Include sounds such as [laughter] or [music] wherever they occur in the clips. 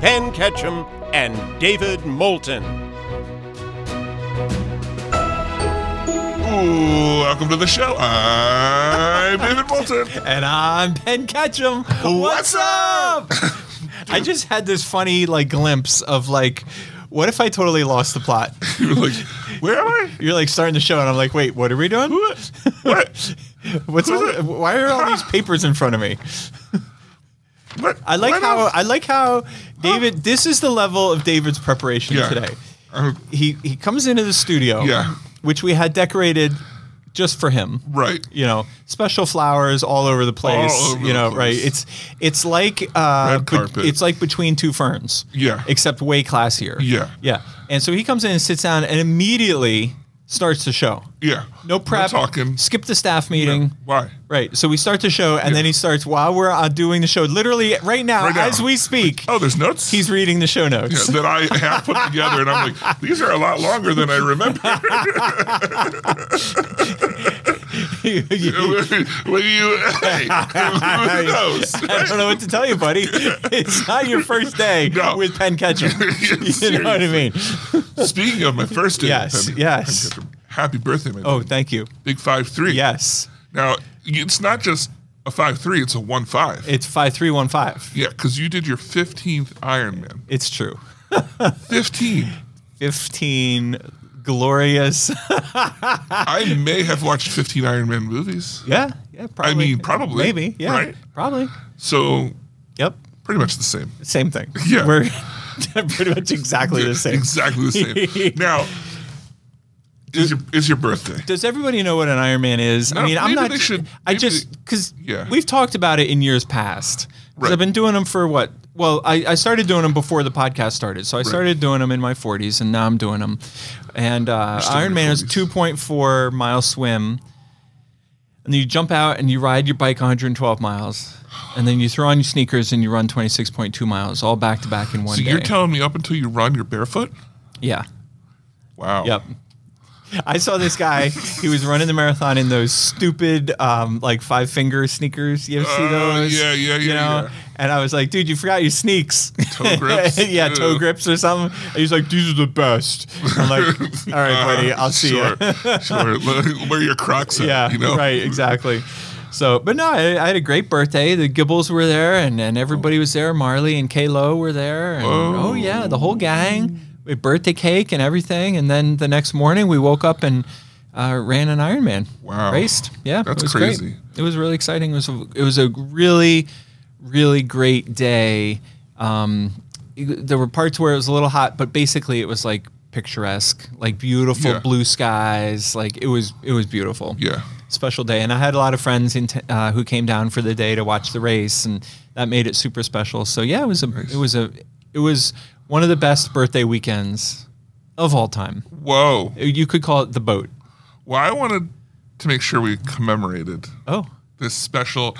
Penn Ketchum and David Moulton. Ooh, welcome to the show. Uh, I'm David Bolton. And I'm Ben Ketchum. What's up? [laughs] I just had this funny like glimpse of like, what if I totally lost the [laughs] plot? You're like, where am I? You're like starting the show, and I'm like, wait, what are we doing? What? [laughs] What's all, why are [laughs] all these papers in front of me? What? I like Where am how I like how David. This is the level of David's preparation Yeah. today. I'm- He he comes into the studio, Yeah. which we had decorated just for him, right. you know special flowers all over the place All over you the know place. right it's it's like uh Red bet- carpet. it's like between two ferns Yeah. except way classier Yeah. yeah and so he comes in and sits down and immediately starts the show Yeah. no prep talking. skip the staff meeting Why? Right, so we start the show, and then he starts while we're uh, doing the show. Literally, right now, Right now. as we speak, Oh, there's notes. he's reading the show Yeah, notes. that I have put together, and I'm like, these are a lot longer than [laughs] I remember. [laughs] when you, hey, who knows? I don't know what to tell you, buddy. [laughs] It's not your first day No. with Penn [laughs] Ketchum. [laughs] you know what I mean? Speaking of my first day, Yes, yes. Happy birthday, man. Oh, thank you. big five three. Yes, Now it's not just a five three; it's a one five. it's five three one five. Yeah, because you did your 15th Ironman. It's true. 15. [laughs] Fifteen glorious. I may have watched 15 Ironman movies. [laughs] yeah, yeah. Probably. mean, probably, Maybe. Yeah. right? Probably. So Yep. pretty much the same. Same thing. Yeah. We're [laughs] pretty much exactly [laughs] the same. Exactly the [laughs] same. now, is your, is your birthday. Does everybody know what an Iron Man is? I No, mean, I'm maybe not. they should- I maybe just they- because Yeah. we've talked about it in years past. 'Cause Right. I've been doing them for what? Well, I, I started doing them before the podcast started. So I started doing them in my 40s, and now I'm doing them. And uh, still in Iron your Man is 40s. 2.4 mile swim, and you jump out and you ride your bike 112 miles, and then you throw on your sneakers and you run 26.2 miles, all back to back in one so day. you're telling me up until you run, you're barefoot? yeah. Wow. Yep. I saw this guy. He was running the marathon in those stupid, um, like five finger sneakers. You ever see Uh, those? yeah, yeah, You yeah, know? yeah. And I was like, dude, you forgot your sneaks. [laughs] Toe grips? yeah, toe Ew. grips or something. And he's like, these are the best. I'm [laughs] like, all right, buddy, I'll see Uh, sure, you. [laughs] sure. Look, Where your Crocs at, yeah, you know? right, exactly. So, but no, I, I had a great birthday. The Gibbles were there, and, and everybody was there. Marley and Kaylo were there. And, oh yeah, the whole gang. We had birthday cake and everything. And then the next morning, we woke up and uh, ran an Ironman. Wow. raced. Yeah, it That's was great. crazy. It was really exciting. It was a, it was a really, really great day. Um, you- there were parts where it was a little hot, but basically it was like picturesque, like beautiful Yeah. blue skies. Like it was it was beautiful Yeah. special day. And I had a lot of friends in t- uh, who came down for the day to watch the race, and that made it super special. So yeah, it was a it was a it was one of the best birthday weekends of all time. Whoa. You could call it the boat. Well, I wanted to make sure we commemorated Oh, this special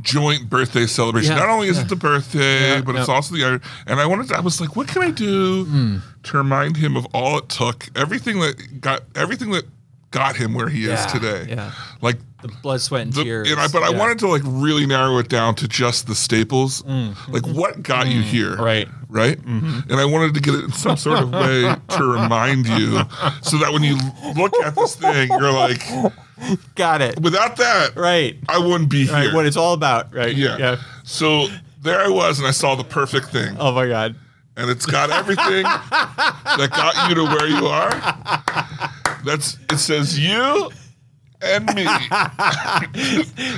joint birthday celebration. Yeah, Not only is it the birthday, Yeah, but it's yeah. Hmm. also the other. And I wanted, to, I was like, what can I do to remind him of all it took, everything that got, everything that got him where he Yeah, is today. yeah. Like. the blood, sweat, and The, tears. and I, but I Yeah. wanted to like really narrow it down to just the staples, like what got you here, Mm. Mm-hmm. Right. Mm-hmm. Right, and I wanted to get it in some sort of way to remind you, so that when you look at this thing, you're like, got it without that, right. I wouldn't be Right, here. what it's all about. Right. Yeah. So there I was, and I saw the perfect thing, Oh my God. and it's got everything that got you to where you are. That's it says you and [laughs] me,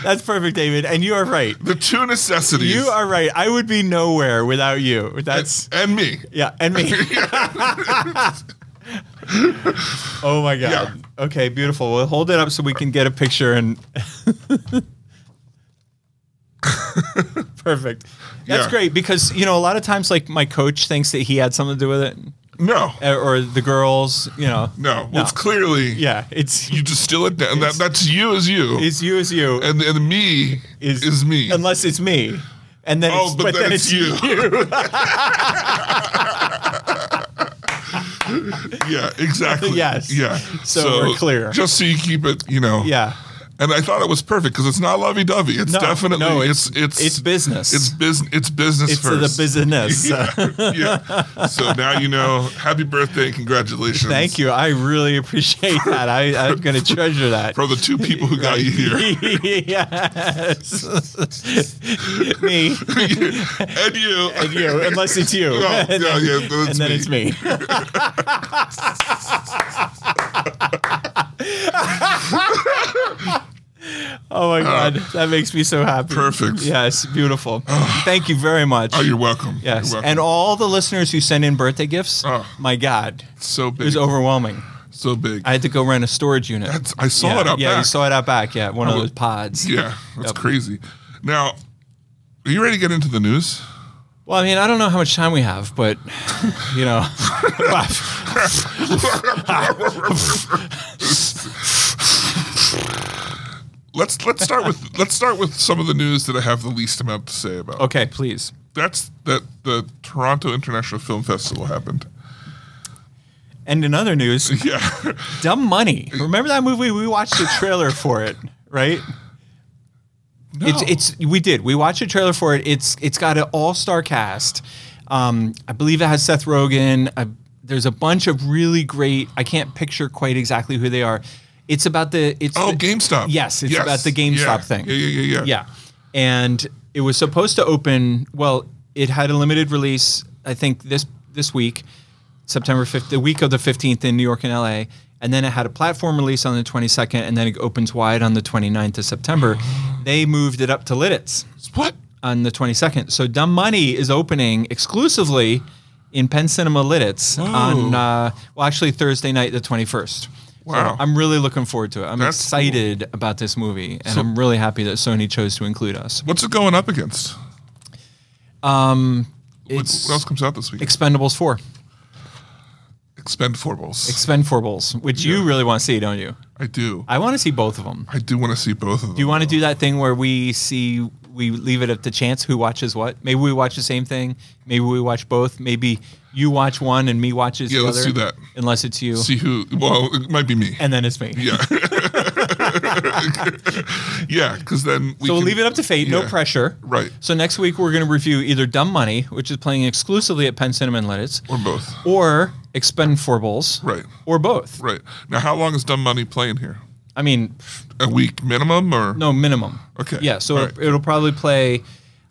That's perfect, David. And you are right. the two necessities. You are right. I would be nowhere without you. That's and [laughs] me. Yeah, and [laughs] me. oh my god. Okay, beautiful. Well, hold it up so we can get a picture and [laughs] Perfect. That's Yeah. great because you know a lot of times like my coach thinks that he had something to do with it, No, uh, or the girls. You know. no. Well, it's clearly Yeah, it's you distill it down. That, that's you as you, it's you as you and and me is is, me. unless it's me, and then Oh, it's, but then it's you. [laughs] yeah, exactly. Yes. Yeah. So we're clear. Just so you keep it, you know. yeah, And I thought it was perfect because it's not lovey-dovey. It's No, definitely no, it's, it's it's business. It's business. It's business it's first. the [laughs] business. uh, yeah. So now you know. Happy birthday! and Congratulations. Thank you. I really appreciate that. I, I'm going to treasure that. From the two people who got [laughs] you here, [laughs] yes. me and you, and you, unless it's you. No, and yeah, then, yeah, then and it's then me. it's me. oh my God. that makes me so happy. Uh, Perfect. Yes, beautiful. Thank you very much. Oh, you're welcome. yes. You're welcome. And all the listeners who send in birthday gifts, Oh. my God, so big. it was overwhelming. So big. I had to go rent a storage unit. That's- I saw yeah, it up Yeah, back. you saw it out back. Yeah, one of was- those pods. Yeah, that's crazy. Now, are you ready to get into the news? Well, I mean, I don't know how much time we have, but you [laughs] know, Let's let's start [laughs] with let's start with some of the news that I have the least amount to say about. okay, please. That's that the Toronto International Film Festival happened. [laughs] And in other news, Yeah. Dumb Money. Remember that movie? We watched the trailer for it, right? No. It's it's we did. We watched a trailer for it. It's it's got an all star cast. Um, I believe it has Seth Rogen. I, there's a bunch of really great. I can't picture quite exactly who they are. It's about the it's oh the- GameStop. Yes, it's about the GameStop Yeah. thing. Yeah, yeah, yeah, yeah. Yeah. And it was supposed to open, well, it had a limited release, I think this this week, September 5th, the week of the 15th in New York and LA. And then it had a platform release on the 22nd, and then it opens wide on the 29th of September. They moved it up to Lidditz What? on the 22nd. So Dumb Money is opening exclusively in Penn Cinema Lidditz on, uh, well, actually Thursday night, the 21st. Wow. So I'm really looking forward to it. I'm That's excited about this movie, and I'm really happy that Sony chose to include us. What's it going up against? What, It's what else comes out this week? Expendables 4, Expend four balls. Expend 4 Bulls, which you really want to see, don't you? I do. I, I want to see both of them. do want to see both of them. Do you want to do that thing where we see, we leave it up to chance who watches what? Maybe we watch the same thing. Maybe we watch both. Maybe you watch one and me watches Yeah, the let's other. do that. Unless it's you. see who? Well, it might be me. and then it's me. Yeah. yeah, because then we So we'll can- leave it up to fate. No yeah. pressure. Right. So next week we're going to review either Dumb Money, which is playing exclusively at Penn Cinema and Lidditz, Or both. or Expend Four Bowls. Right. Or both. Right. Now, how long is Dumb Money playing here? I mean, pff, A week minimum or? no minimum. Okay. Yeah. So All it'll, right. it'll probably play.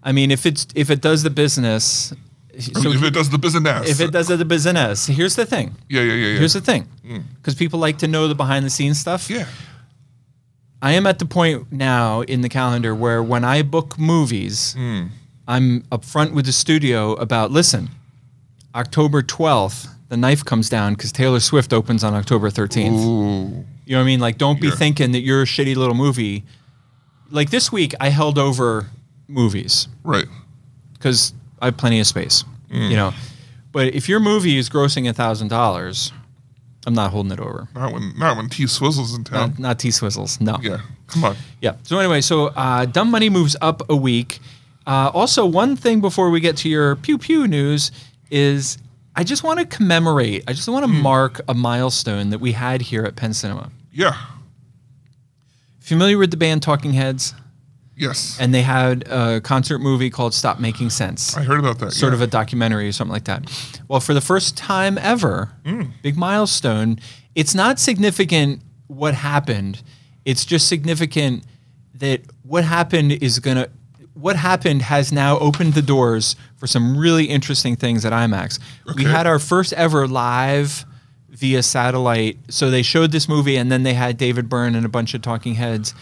I mean, if it's if it does the business, I so mean, if it does the business. if it does the business, here's the thing. Yeah, yeah, yeah, yeah. Here's the thing, because people like to know the behind the scenes stuff. yeah. I am at the point now in the calendar where when I book movies, Mm. I'm upfront with the studio about listen, October 12th, the knife comes down because Taylor Swift opens on October 13th. Ooh. You know what I mean? Like, don't be Yeah. thinking that you're a shitty little movie. Like this week, I held over movies Right. because I have plenty of space, you know. But if your movie is grossing $1,000, I'm not holding it over. Not when, not when T Swizzle's in town. Not, not T Swizzles, no. yeah. Come on. Yeah. So anyway, so uh, Dumb Money moves up a week. Uh, also, one thing before we get to your pew pew news is I just want to commemorate. I just want to mark a milestone that we had here at Penn Cinema. Yeah. Familiar with the band Talking Heads, Yes. and they had a concert movie called Stop Making Sense. I heard about that. sort yeah. of a documentary or something like that. Well, for the first time ever, Mm. big milestone. It's not significant what happened. It's just significant that what happened is going to what happened has now opened the doors for some really interesting things at IMAX. We Okay. had our first ever live via satellite. So they showed this movie and then they had David Byrne and a bunch of talking heads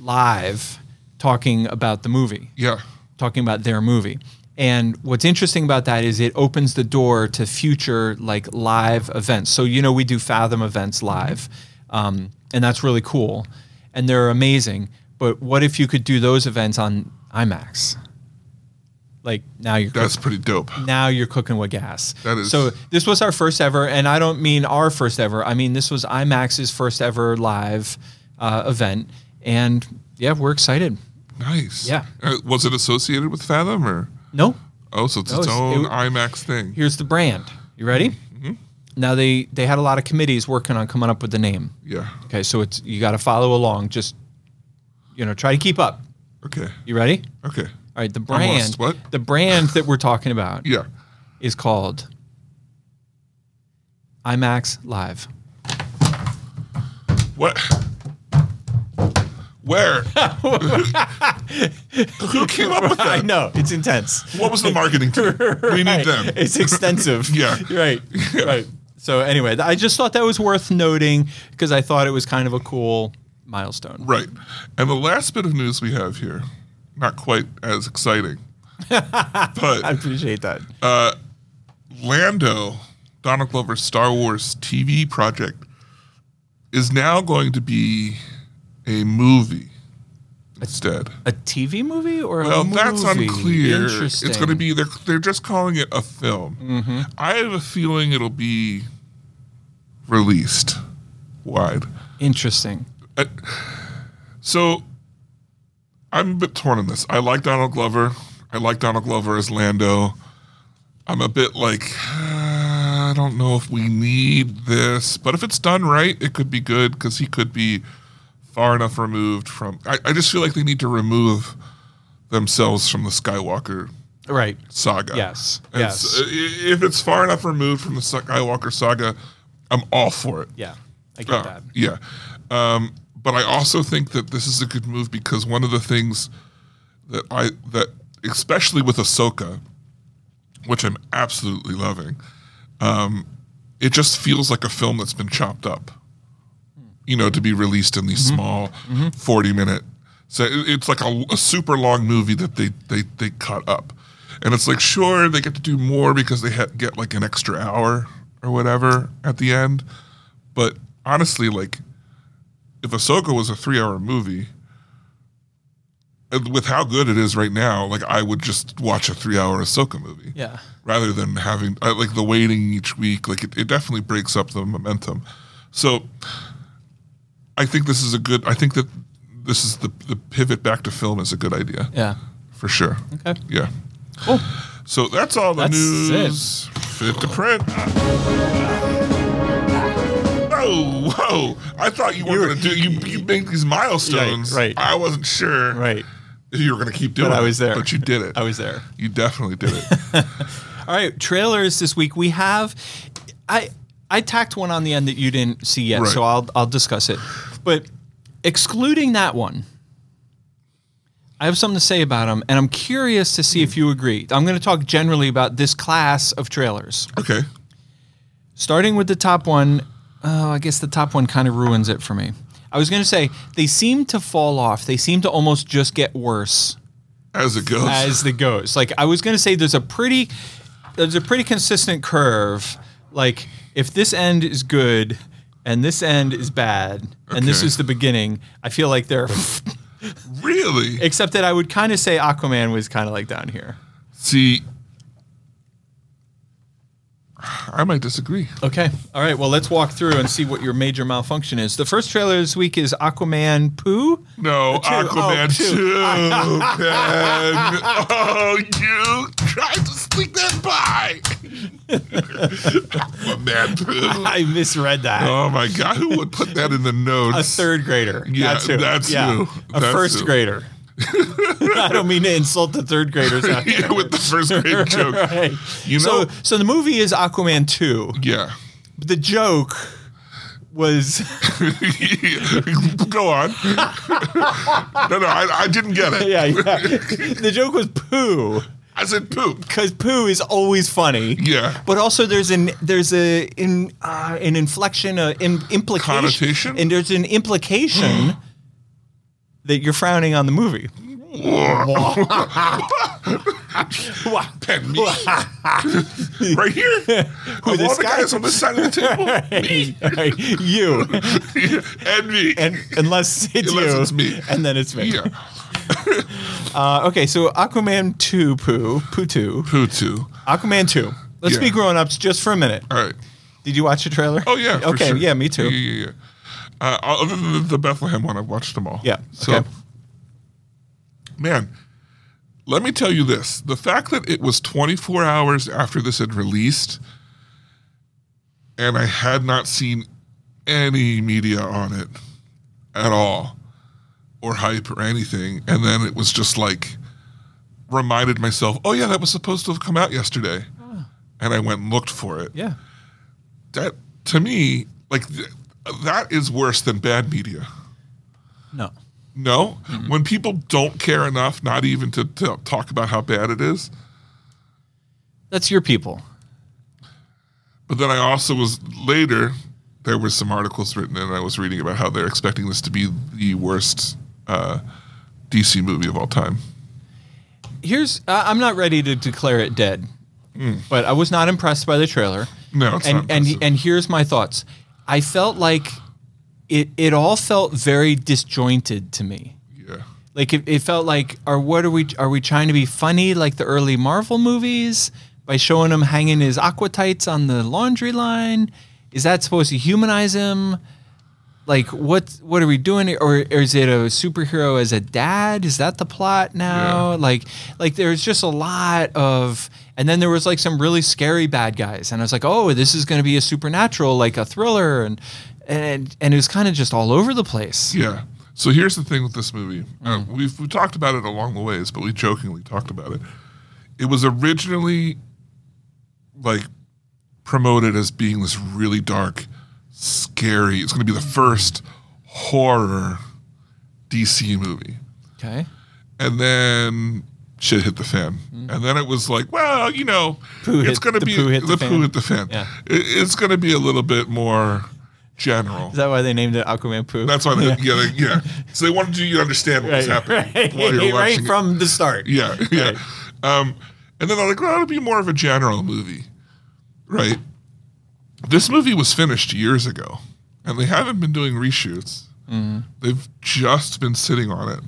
live talking about the movie Yeah. talking about their movie. And what's interesting about that is it opens the door to future like live events. So you know we do Fathom events live, um, and that's really cool, and they're amazing. But what if you could do those events on IMAX. Like now you're That's pretty dope. now you're cooking with gas. That is- So this was our first ever, and I don't mean our first ever. I mean this was IMAX's first ever live uh, event, and yeah, we're excited. Nice. Yeah. Uh, was it associated with Fathom or? No, Oh, so it's No, its it's- own it- IMAX thing. here's the brand. You ready? Mm-hmm. Now they they had a lot of committees working on coming up with the name. Yeah. Okay, so it's you got to follow along. Just you know, try to keep up. Okay. You ready? Okay. All right, the I'm brand. lost. What? The brand that we're talking about Yeah. is called IMAX Live. What? Where? [laughs] Who came up [laughs] with I that? know it's intense. What was the marketing team? [laughs] We need [laughs] Right. them. It's extensive. [laughs] Yeah. [laughs] Right. Right. So anyway, th- I just thought that was worth noting because I thought it was kind of a cool milestone. Right. And the last bit of news we have here, not quite as [laughs] exciting, I but appreciate that. Lando, Donald Glover's Star Wars TV project, is now going to be a movie instead. a TV movie or a Well, movie? that's unclear. Interesting. Mm-hmm. It's going to be they're they're just calling it a film. I have a feeling it'll be released wide. interesting. So I'm a bit torn on this. I like Donald Glover. I like Donald Glover as Lando. I'm a bit like "Ah, I don't know if we need this, but if it's done right, it could be good because he could be far enough removed from. I, I just feel like they need to remove themselves from the Skywalker Right. saga. Yes, And yes. so, i- if it's far enough removed from the Skywalker saga, I'm all for it. Yeah, I get Uh, that. yeah. Um, but I also think that this is a good move because one of the things that I that especially with Ahsoka, which I'm absolutely loving, um, it just feels like a film that's been chopped up. You know, to be released in these small forty minute. So it- it's like a, a super long movie that they they they cut up, and it's like sure they get to do more because they ha- get like an extra hour or whatever at the end, but honestly, like, if Ahsoka was a three-hour movie, and with how good it is right now, like I would just watch a three-hour Ahsoka movie Yeah. rather than having I, like the waiting each week. Like it, it definitely breaks up the momentum. So I think this is a good. I think that this is the the pivot back to film is a good idea Yeah. for sure. Okay. Yeah. So that's all the That's news. Fit to print. Oh, whoa! I thought you were going to do you. You make these milestones. Right, right. I wasn't sure. Right. If you were going to keep doing. I was it, there. But you did [laughs] it. I was there. You definitely did it. All right, trailers this week we have. I I tacked one on the end that you didn't see yet, Right. so I'll I'll discuss it. But excluding that one, I have something to say about them, and I'm curious to see Hmm. if you agree. I'm going to talk generally about this class of trailers, okay. starting with the top one. Oh, I guess the top one kind of ruins it for me. I was going to say they seem to fall off. They seem to almost just get worse As it goes. as the goes. Like I was gonna say, there's a pretty, there's a pretty consistent curve. Like if this end is good and this end is bad and this Okay. is the beginning, I feel like they're. [laughs] really? except that I would kind of say Aquaman was kind of like down here. See, I might disagree. Okay. All right. Well, let's walk through and see what your major malfunction is. The first trailer this week is Aquaman Pooh. No, Aquaman two. 2. Ben. oh, you tried to sneak that by. Aquaman 2. I misread that. Oh, my God. Who would put that in the notes? a third grader. Yeah, that's who. that's yeah. who. A That's first who. grader. I don't mean to insult the third graders out there. [laughs] Yeah, [laughs] with the first [laughs] grade joke. right. You so, know- so the movie is Aquaman 2. Yeah. [laughs] The joke was [laughs] Go on. [laughs] no, no, I, I didn't get it. yeah, [laughs] yeah. The joke was poo I said poop. cuz poo is always funny. Yeah. But also there's an there's a in uh, an inflection uh, im- implication Connotation? and there's an implication [gasps] that you're frowning on the [laughs] movie. Pen me. [laughs] right here. Who all this the guy? guys [laughs] on this side of the table. [laughs] Me. Right, you and me. and unless it's Unless you it's me. and then it's me. yeah. Uh, okay, so Aquaman 2 poo, poo 2. Poo too. Aquaman 2. Let's Yeah. be grown ups just for a minute. All right. Did you watch the trailer? Oh yeah. for Okay, sure. yeah, me too. Yeah, yeah, yeah. Uh, other than the, the Bethlehem one, I've watched them all. Yeah, So, okay. man, let me tell you this: the fact that it was 24 hours after this had released, and I had not seen any media on it at all, or hype or anything, and then it was just like reminded myself, oh yeah, that was supposed to have come out yesterday, and I went and looked for it Yeah. that to me like th- that is worse than bad media No. no when people don't care enough not even to, to talk about how bad it is That's your people. but then i also was later there were some articles written and i was reading about how they're expecting this to be the worst uh, dc movie of all time Here's I I'm not ready to declare it dead, but I was not impressed by the trailer. Hmm. No, it's and not and impressive. and here's my thoughts. I felt like it it all felt very disjointed to me. yeah Like it, it felt like are what are we are we trying to be funny like the early Marvel movies by showing him hanging his aqua tights on the laundry line? Is that supposed to humanize him? Like what what are we doing? Or, or is it a superhero as a dad? Is that the plot now? Yeah. Like like there's just a lot of and then there was like some really scary bad guys and I was like, "Oh, this is going to be a supernatural like a thriller and and and it was kind of just all over the place." yeah so here's the thing with this movie uh, we've we talked about it along the ways but we jokingly talked about it it was originally like promoted as being this really dark, scary. It's going to be the first horror DC movie. Okay. And then shit hit the fan. And then it was like, well, you know, Mm-hmm. Poo it's hit- going to the be poo hit the fan. poo hit the fan. Yeah. It, it's going to be a little bit more general. Is that why they named it Aquaman Poo? That's why they, yeah. they- yeah. So they wanted you to understand what was [laughs] happening while you're watching it. from the start. Yeah, yeah. Um, and then I'm like, well, it'll be more of a general movie, right? This movie was finished years ago, and they haven't been doing reshoots. They've just been sitting on it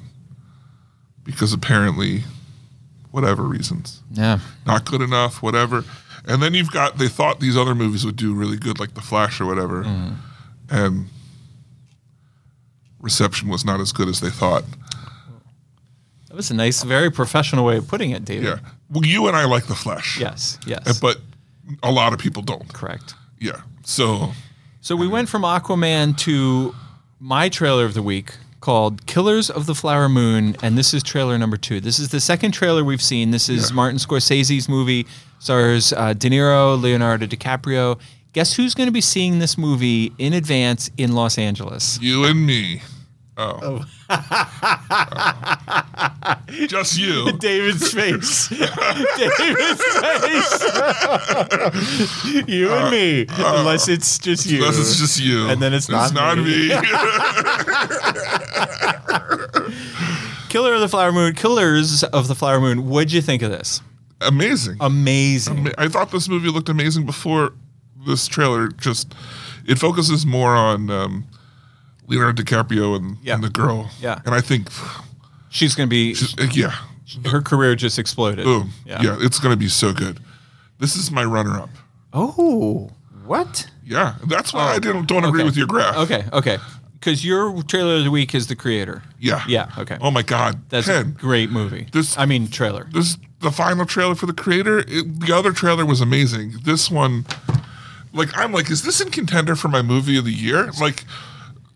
because apparently, whatever reasons, Yeah. not good enough, whatever. And then you've got they thought these other movies would do really good, like The Flash or whatever, Mm-hmm. and reception was not as good as they thought. That was a nice, very professional way of putting it, David. Yeah, well, you and I like The Flash. Yes. Yes. Uh, but a lot of people don't. Correct. Yeah. So So we went from Aquaman to my trailer of the week called Killers of the Flower Moon, and this is trailer number two. This is the second trailer we've seen. This is Yeah. Martin Scorsese's movie, stars uh, De Niro, Leonardo DiCaprio. Guess who's going to be seeing this movie in advance in Los Angeles? you and me. Oh. Oh. [laughs] Just [laughs] you. David's [laughs] face. David's face. you and me. Unless it's just you. Uh, Unless it's just you. And then it's not me. [laughs] It's not me. Killer of the Flower Moon. Killers of the Flower Moon. What'd you think of this? amazing. Amazing. Ama- I thought this movie looked amazing before this trailer. Just it focuses more on um, Leonardo DiCaprio and, Yeah. and the girl. Yeah. And I think, uh, She's going to be, yeah, her career just exploded. boom. Yeah. yeah it's going to be so good. This is my runner-up. Oh, what? Yeah, that's why I didn't don't agree Oh, okay. with your graph. Okay, okay. Because your trailer of the week is The Creator. Yeah. Yeah, okay. Oh my God. That's a Ken, great movie. This- I mean, trailer. this the final trailer for the creator. It, the other trailer was amazing. This one, like I'm like, is this in contender for my movie of the year? Like.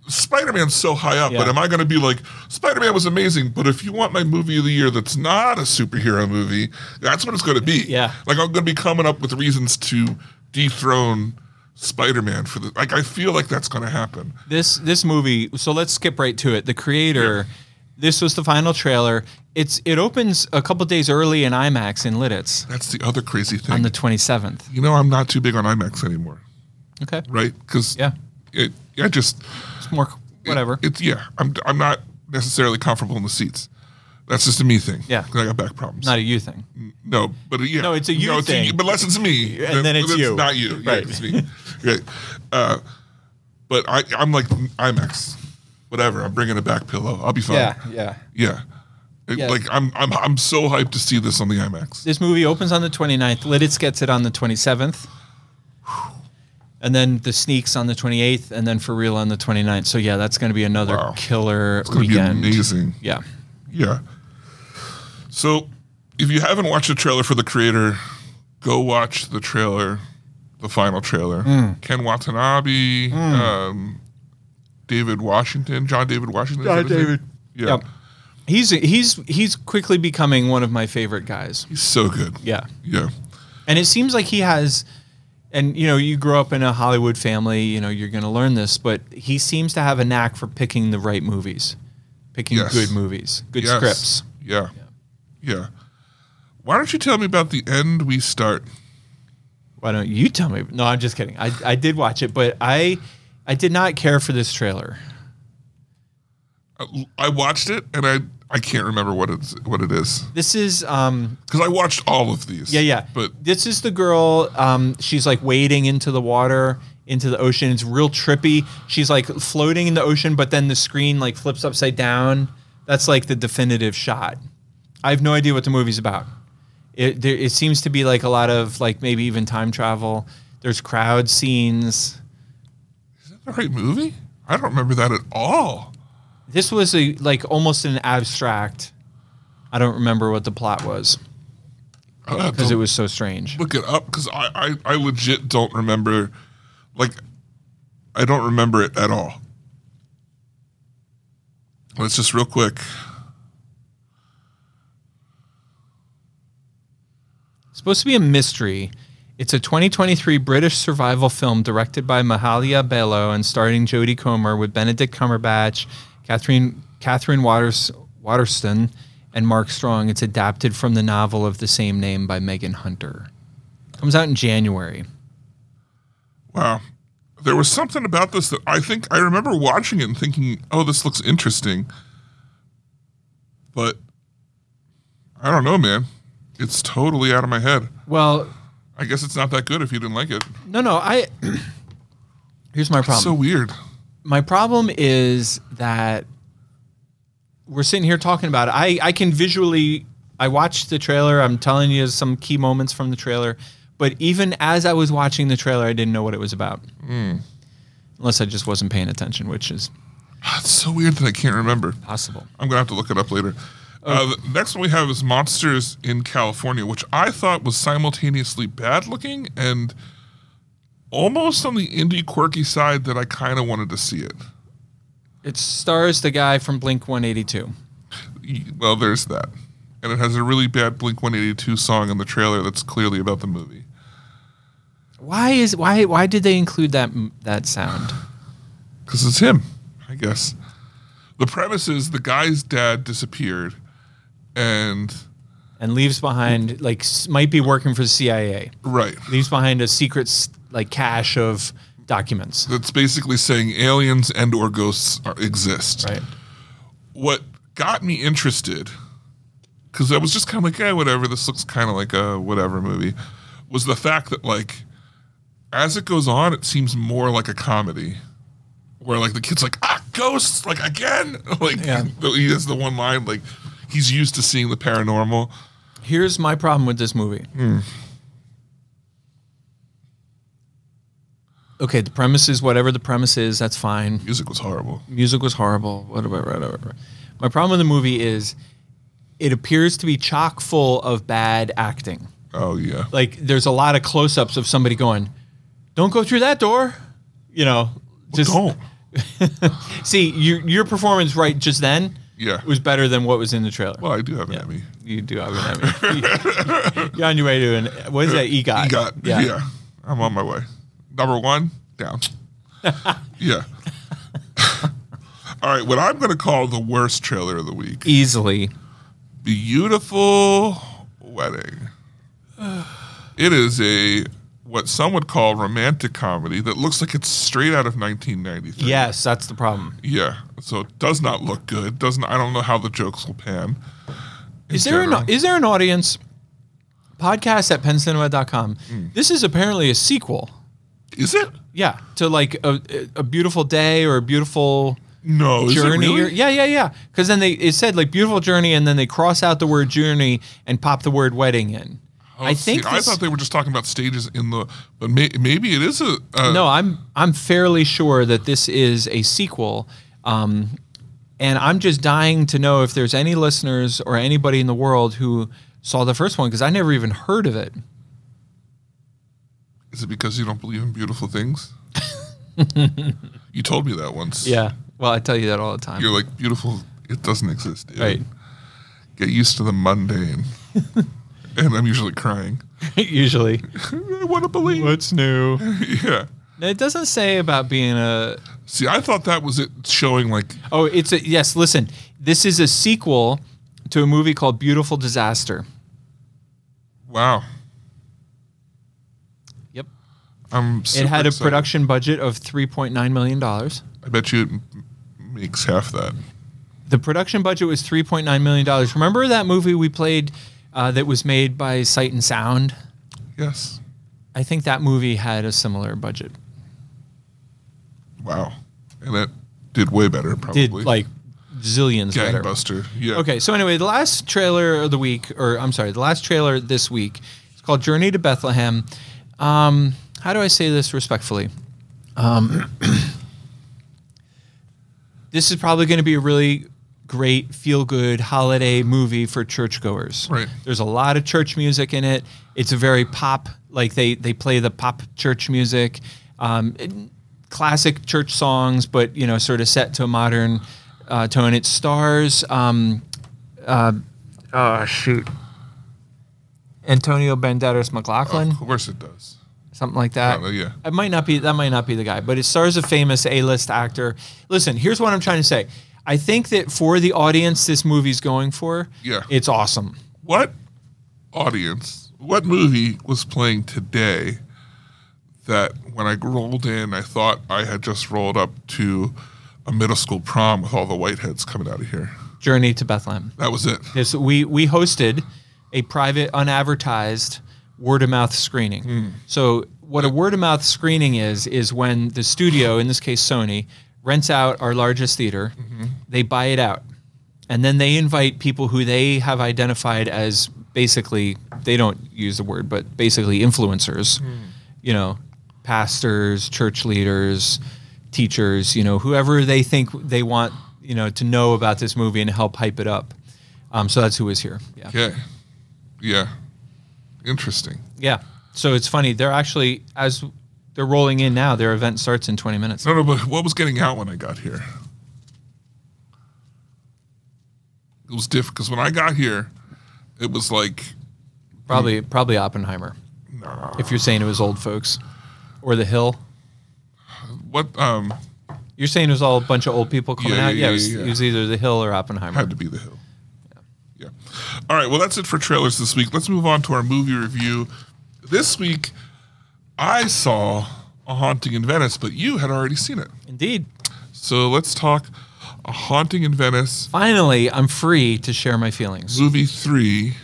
Spider Man's so high up, but Yeah. am I going to be like, Spider Man was amazing, but if you want my movie of the year that's not a superhero movie, that's what it's going to be. Yeah. Like, I'm going to be coming up with reasons to dethrone Spider Man for the. Like, I feel like that's going to happen. this this movie so let's skip right to it the creator this was the final trailer it's it opens a couple days early in imax in lidditz That's the other crazy thing. on the 27th you know, I'm not too big on IMAX anymore, okay right? Because yeah it, I just it's more whatever It's yeah. I'm I'm not necessarily comfortable in the seats. That's just a me thing. Yeah. 'Cause I got back problems. not a you thing no, but yeah. No, it's a you thing. but unless it's me, And then it's you. Not you. Yeah, Right. it's me. right. Uh, but I I'm like IMAX, whatever. I'm bringing a back pillow. I'll be fine. yeah Yeah. It- Yeah. Like I'm, I'm, I'm so hyped to see this on the IMAX. This movie opens on the 29th. Lititz gets it on the 27th. And then the sneaks on the 28th, and then for real on the 29th. So yeah, that's going to be another Wow. killer It's gonna weekend. be amazing. Yeah. Yeah. So, if you haven't watched the trailer for The Creator, go watch the trailer, the final trailer. Hmm. Ken Watanabe, um, David Washington, John David Washington. is John that his name? David. Yeah. Yep. He's he's he's quickly becoming one of my favorite guys. He's so good. Yeah. Yeah. And it seems like he has, and you know, you grow up in a Hollywood family, you know, you're going to learn this, but he seems to have a knack for picking the right movies, picking Yes. good movies, good Yes. scripts. Yeah. yeah. Why don't you tell me about the end we start? Why don't you tell me? No, I'm just kidding. I, I did watch it, but I I did not care for this trailer. I- I watched it and I, I can't remember what it's what it is This is um because I watched all of these. yeah yeah. But this is the girl. Um, she's like wading into the water, into the ocean. It's real trippy. She's like floating in the ocean, but then the screen like flips upside down. That's like the definitive shot. I have no idea what the movie's about. It there, it seems to be like a lot of like maybe even time travel. There's crowd scenes. the right movie? I don't remember that at all. this was a like almost an abstract i don't remember what the plot was Uh, because it was so strange look it up because I, I I legit don't remember, like, I don't remember it at all. Let's just real quick. it's supposed to be a mystery it's a 2023 british survival film directed by mahalia bello and starring jodie comer with benedict cumberbatch catherine catherine Waters, waterston and mark strong it's adapted from the novel of the same name by megan hunter comes out in january Wow, there was something about this that I think I remember watching it and thinking, "Oh, this looks interesting," but I don't know, man. It's totally out of my head. well I guess it's not that good if you didn't like it. no no i [clears throat] here's my problem So weird. my problem is that we're sitting here talking about it. I, I can visually I watched the trailer. I'm telling you some key moments from the trailer, but even as I was watching the trailer, I didn't know what it was about. Unless I just wasn't paying attention, which is It's so weird that I can't remember. possible. I'm gonna have to look it up later. Uh, the next one we have is Monsters in California, which I thought was simultaneously bad looking and almost on the indie quirky side that I kind of wanted to see it. It stars the guy from Blink 182. Y- Well, there's that, and it has a really bad Blink 182 song in the trailer that's clearly about the movie. Why is why why did they include that that sound? Because it's him, I guess. The premise is the guy's dad disappeared, and And leaves behind like s- might be working for the CIA. right, Leaves behind a secret s- like cache of documents. that's basically saying aliens and or ghosts are, exist. Right. what got me interested, because I was just kind of like, yeah, whatever, this looks kind of like a whatever movie, was the fact that, like, as it goes on, it seems more like a comedy where, like, the kid's like, ah, ghosts, like, again. [laughs] Like, Yeah. he has the one line, like, he's used to seeing the paranormal. Here's my problem with this movie. Hmm. Okay, the premise is whatever the premise is, that's fine. Music was horrible. Music was horrible. Whatever, whatever. whatever. My problem with the movie is it appears to be chock full of bad acting. Oh, yeah. Like there's a lot of close ups of somebody going, Don't go through that door. You know, just Don't. see your your performance right just then Yeah. was better than what was in the trailer. Well, I do have an Emmy. You do have an Emmy. [laughs] You're on your way to an what is that? E EGOT. You got, yeah. I'm on my way. Number one, [laughs] down. yeah. All right, what I'm going to call the worst trailer of the week Easily. Beautiful Wedding. It is a, what some would call romantic comedy that looks like it's straight out of 1993. Yes, that's the problem. Yeah. So it does not look good. Doesn't, I don't know how the jokes will pan. in Is there an general. is there an audience? Podcast at pencinema.com. Hmm. This is apparently a sequel. is it? Yeah, to like a, a beautiful day or a beautiful No, Oh, is it journey really? or- yeah yeah yeah because then they it said like beautiful journey and then they cross out the word journey and pop the word wedding in Oh, i see, think I this- thought they were just talking about stages in the, but may, maybe it is a. Uh, no i'm i'm fairly sure that this is a sequel um and i'm just dying to know if there's any listeners or anybody in the world who saw the first one because i never even heard of it Is it because you don't believe in beautiful [laughs] things? you told me that once. well i tell you that all the time You're like beautiful. It doesn't exist. Dude. right [laughs] Get used to the mundane. and I'm usually crying. usually I want to believe. what's new [laughs] yeah. it doesn't say about being a See, I thought that was it showing like Oh, it's a yes. Listen, this is a sequel to a movie called Beautiful Disaster. Wow. Yep. I'm It super had a excited. production budget of three point nine million dollars. I bet you it m- makes half that. The production budget was three point nine million dollars. Remember that movie we played uh, that was made by Sight and Sound? Yes. I think that movie had a similar budget. Wow. And that did way better, probably. Did like zillions better. Gangbuster. Yeah. Okay, so anyway, the last trailer of the week, or I'm sorry, the last trailer this week, it's called Journey to Bethlehem. Um, how do I say this respectfully? Um, [clears throat] this is probably going to be a really great, feel good holiday movie for churchgoers. Right. There's a lot of church music in it. It's a very pop, like they, they play the pop church music, um, it- classic church songs, but, you know, sort of set to a modern uh, tone. It stars um, Oh shoot. Antonio Banderas McLaughlin, Of course it does. something like that. Oh, yeah. It might not be that might not be the guy, but it stars a famous A-list actor. Listen, here's what I'm trying to say. I think that for the audience this movie's going for, Yeah. it's awesome. What audience, what movie was playing today that when I rolled in, I thought I had just rolled up to a middle school prom with all the whiteheads coming out of here? Journey to Bethlehem. That was it. This we we hosted a private, unadvertised word of mouth screening. Hmm. So what a word of mouth screening is is when the studio, in this case Sony, rents out our largest theater, Mm-hmm. they buy it out, and then they invite people who they have identified as basically they don't use the word, but basically influencers. You know, pastors, church leaders, teachers. You know, whoever they think they want. You know, to know about this movie and help hype it up. Um, so that's who is here. Yeah. Okay. Yeah. Interesting. Yeah. So it's funny. They're actually as they're rolling in now. Their event starts in 20 minutes. No, no, but what was getting out when I got here? It was different because when I got here, it was like, Probably probably Oppenheimer. nah. If you're saying it was old folks, or The Hill. What um You're saying it was all a bunch of old people coming Yeah, out. yeah, Yeah, it, was, yeah, yeah. it was either The Hill or Oppenheimer. had to be the hill. Yeah. All right. Well, that's it for trailers this week. Let's move on to our movie review. This week, I saw A Haunting in Venice, but you had already seen it. Indeed. So let's talk A Haunting in Venice, Finally, I'm free to share my feelings. movie three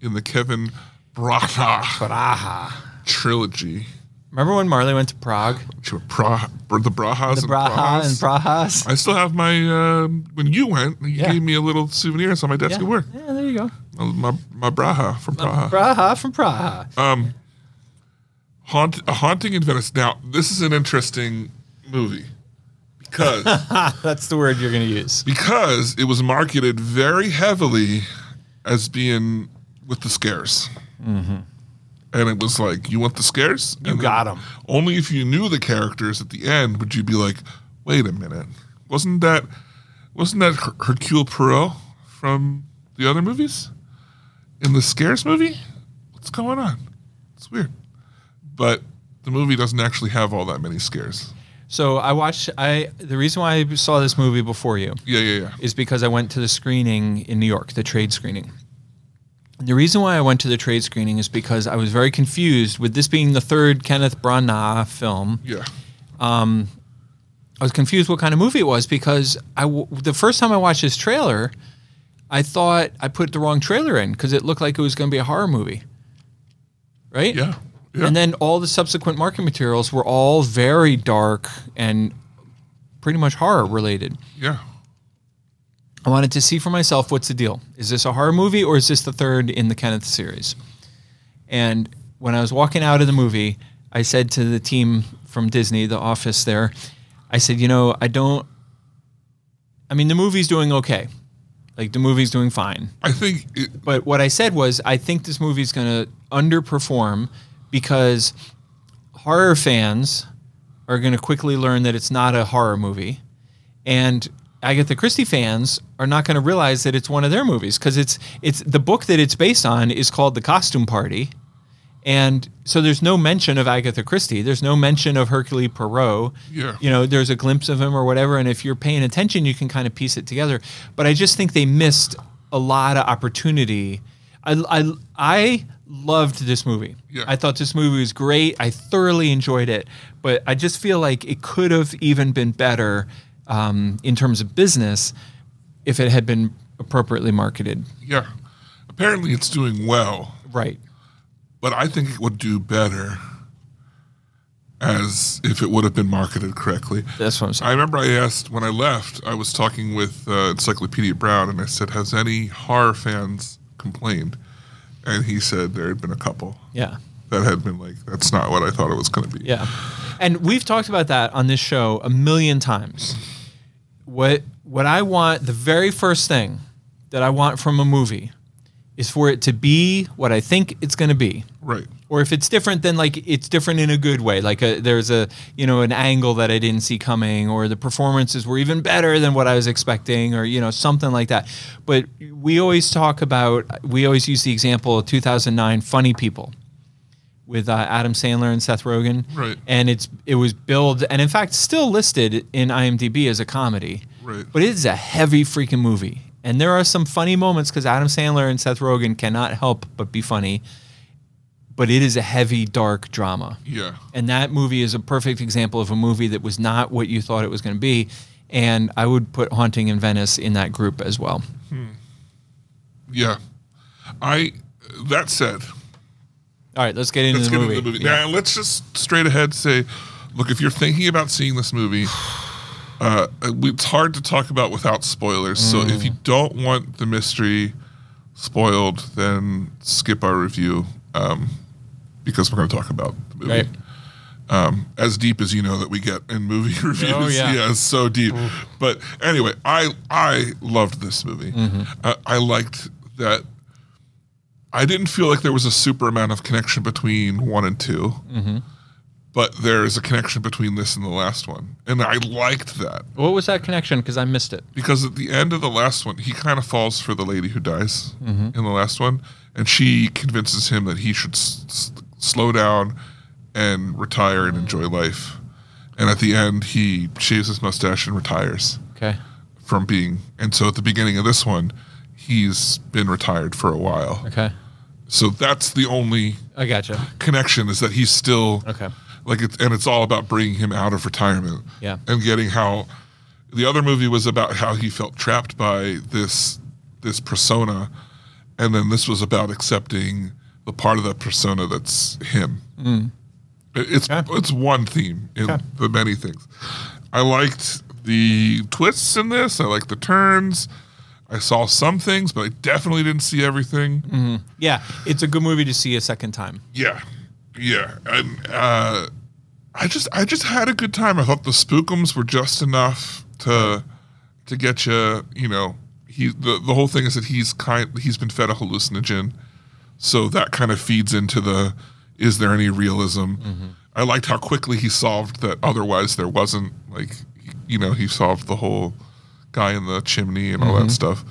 in the Kevin Bracha Braha. trilogy. Remember when Marley went to Prague? Which were Bra- br- the Brahas The and Braha Brahas. and Brahas. I still have my, um when you went, you Yeah. gave me a little souvenir. It's on my desk Yeah. at work. yeah, there you go. My, my Braha from Praha. Braha from Praha. Uh. Haunt, a haunting in Venice. Now, this is an interesting movie because That's the word you're going to use. because it was marketed very heavily as being with the scares, and it was like you want the scares, you got 'em. Only if you knew the characters at the end would you be like, wait a minute, wasn't that wasn't that Her- Hercule Poirot from the other movies in the scares movie? What's going on? It's weird, but the movie doesn't actually have all that many scares. So I watched. I the reason why I saw this movie before you Yeah, yeah, yeah. is because I went to the screening in New York, the trade screening. And the reason why I went to the trade screening is because I was very confused with this being the third Kenneth Branagh film. Yeah. I was confused what kind of movie it was because I w- the first time I watched this trailer, I thought I put the wrong trailer in because it looked like it was going to be a horror movie, right? Yeah. Yeah. And then all the subsequent marketing materials were all very dark and pretty much horror related. Yeah. I wanted to see for myself what's the deal. Is this a horror movie or is this the third in the Kenneth series? And when I was walking out of the movie, I said to the team from Disney, the office there, I said, you know, I don't. I mean, the movie's doing okay. Like, the movie's doing fine. I think it, But what I said was, I think this movie's going to underperform because horror fans are going to quickly learn that it's not a horror movie. And Agatha Christie fans are not going to realize that it's one of their movies because it's, it's the book that it's based on is called The Costume Party. And so there's no mention of Agatha Christie. There's no mention of Hercule Poirot. Yeah. You know, there's a glimpse of him or whatever. And if you're paying attention, you can kind of piece it together. But I just think they missed a lot of opportunity. I, I, I loved this movie. Yeah. I thought this movie was great. I thoroughly enjoyed it. But I just feel like it could have even been better um, in terms of business if it had been appropriately marketed. yeah. Apparently it's doing well, Right. but I think it would do better as if it would have been marketed correctly. That's what I'm saying. I remember I asked when I left, I was talking with uh, Encyclopedia Brown, and I said, Has any horror fans complained? And he said there had been a couple yeah. that had been like, That's not what I thought it was going to be. Yeah. And we've talked about that on this show a million times. What what I want the very first thing that I want from a movie is for it to be what I think it's going to be. Right. Or if it's different then like it's different in a good way. Like a, there's a, you know, an angle that I didn't see coming or the performances were even better than what I was expecting or you know, something like that. But we always talk about we always use the example of 2009 Funny People with uh, Adam Sandler and Seth Rogen. Right. And it's it was billed and in fact still listed in IMDb as a comedy. Right. But it's a heavy freaking movie. And there are some funny moments because Adam Sandler and Seth Rogen cannot help but be funny. But it is a heavy, dark drama. Yeah. And that movie is a perfect example of a movie that was not what you thought it was going to be. And I would put Haunting in Venice in that group as well. Yeah. I, that said, All right, let's get into, let's the, get movie. into the movie. Yeah. Now, let's just straight ahead say, Look, if you're thinking about seeing this movie, uh, it's hard to talk about without spoilers. So if you Mm. don't want the mystery spoiled, then skip our review um, because we're going to talk about the movie. Right. um, as deep as you know that we get in movie [laughs] reviews. Oh, yeah. yeah. it's so deep. But anyway, I I loved this movie. Uh, I liked that. I didn't feel like there was a super amount of connection between one and 2 but there is a connection between this and the last one, and I liked that What was that connection? Because I missed it. because at the end of the last one, he kind of falls for the lady who dies Mm-hmm. in the last one, and she convinces him that he should s- s- slow down and retire and enjoy life. And at the end, he shaves his mustache and retires Okay. from being. And so at the beginning of this one, he's been retired for a while. Okay. So that's the only I gotcha. connection is that he's still Okay. like it's and it's all about bringing him out of retirement Yeah. and getting how the other movie was about how he felt trapped by this this persona and then this was about accepting the part of that persona that's him It- it's Mm. Okay. it's one theme in Okay. the many things i liked the twists in this i liked the turns i saw some things but i definitely didn't see everything Yeah, it's a good movie to see a second time. Yeah, yeah. And uh, I just, I just had a good time. I thought the spookums were just enough to, to get you. You know, he the, the whole thing is that he's kind, he's been fed a hallucinogen, so that kind of feeds into the, is there any realism? I liked how quickly he solved that. Otherwise, there wasn't. Like, you know, he solved the whole guy in the chimney and all that stuff.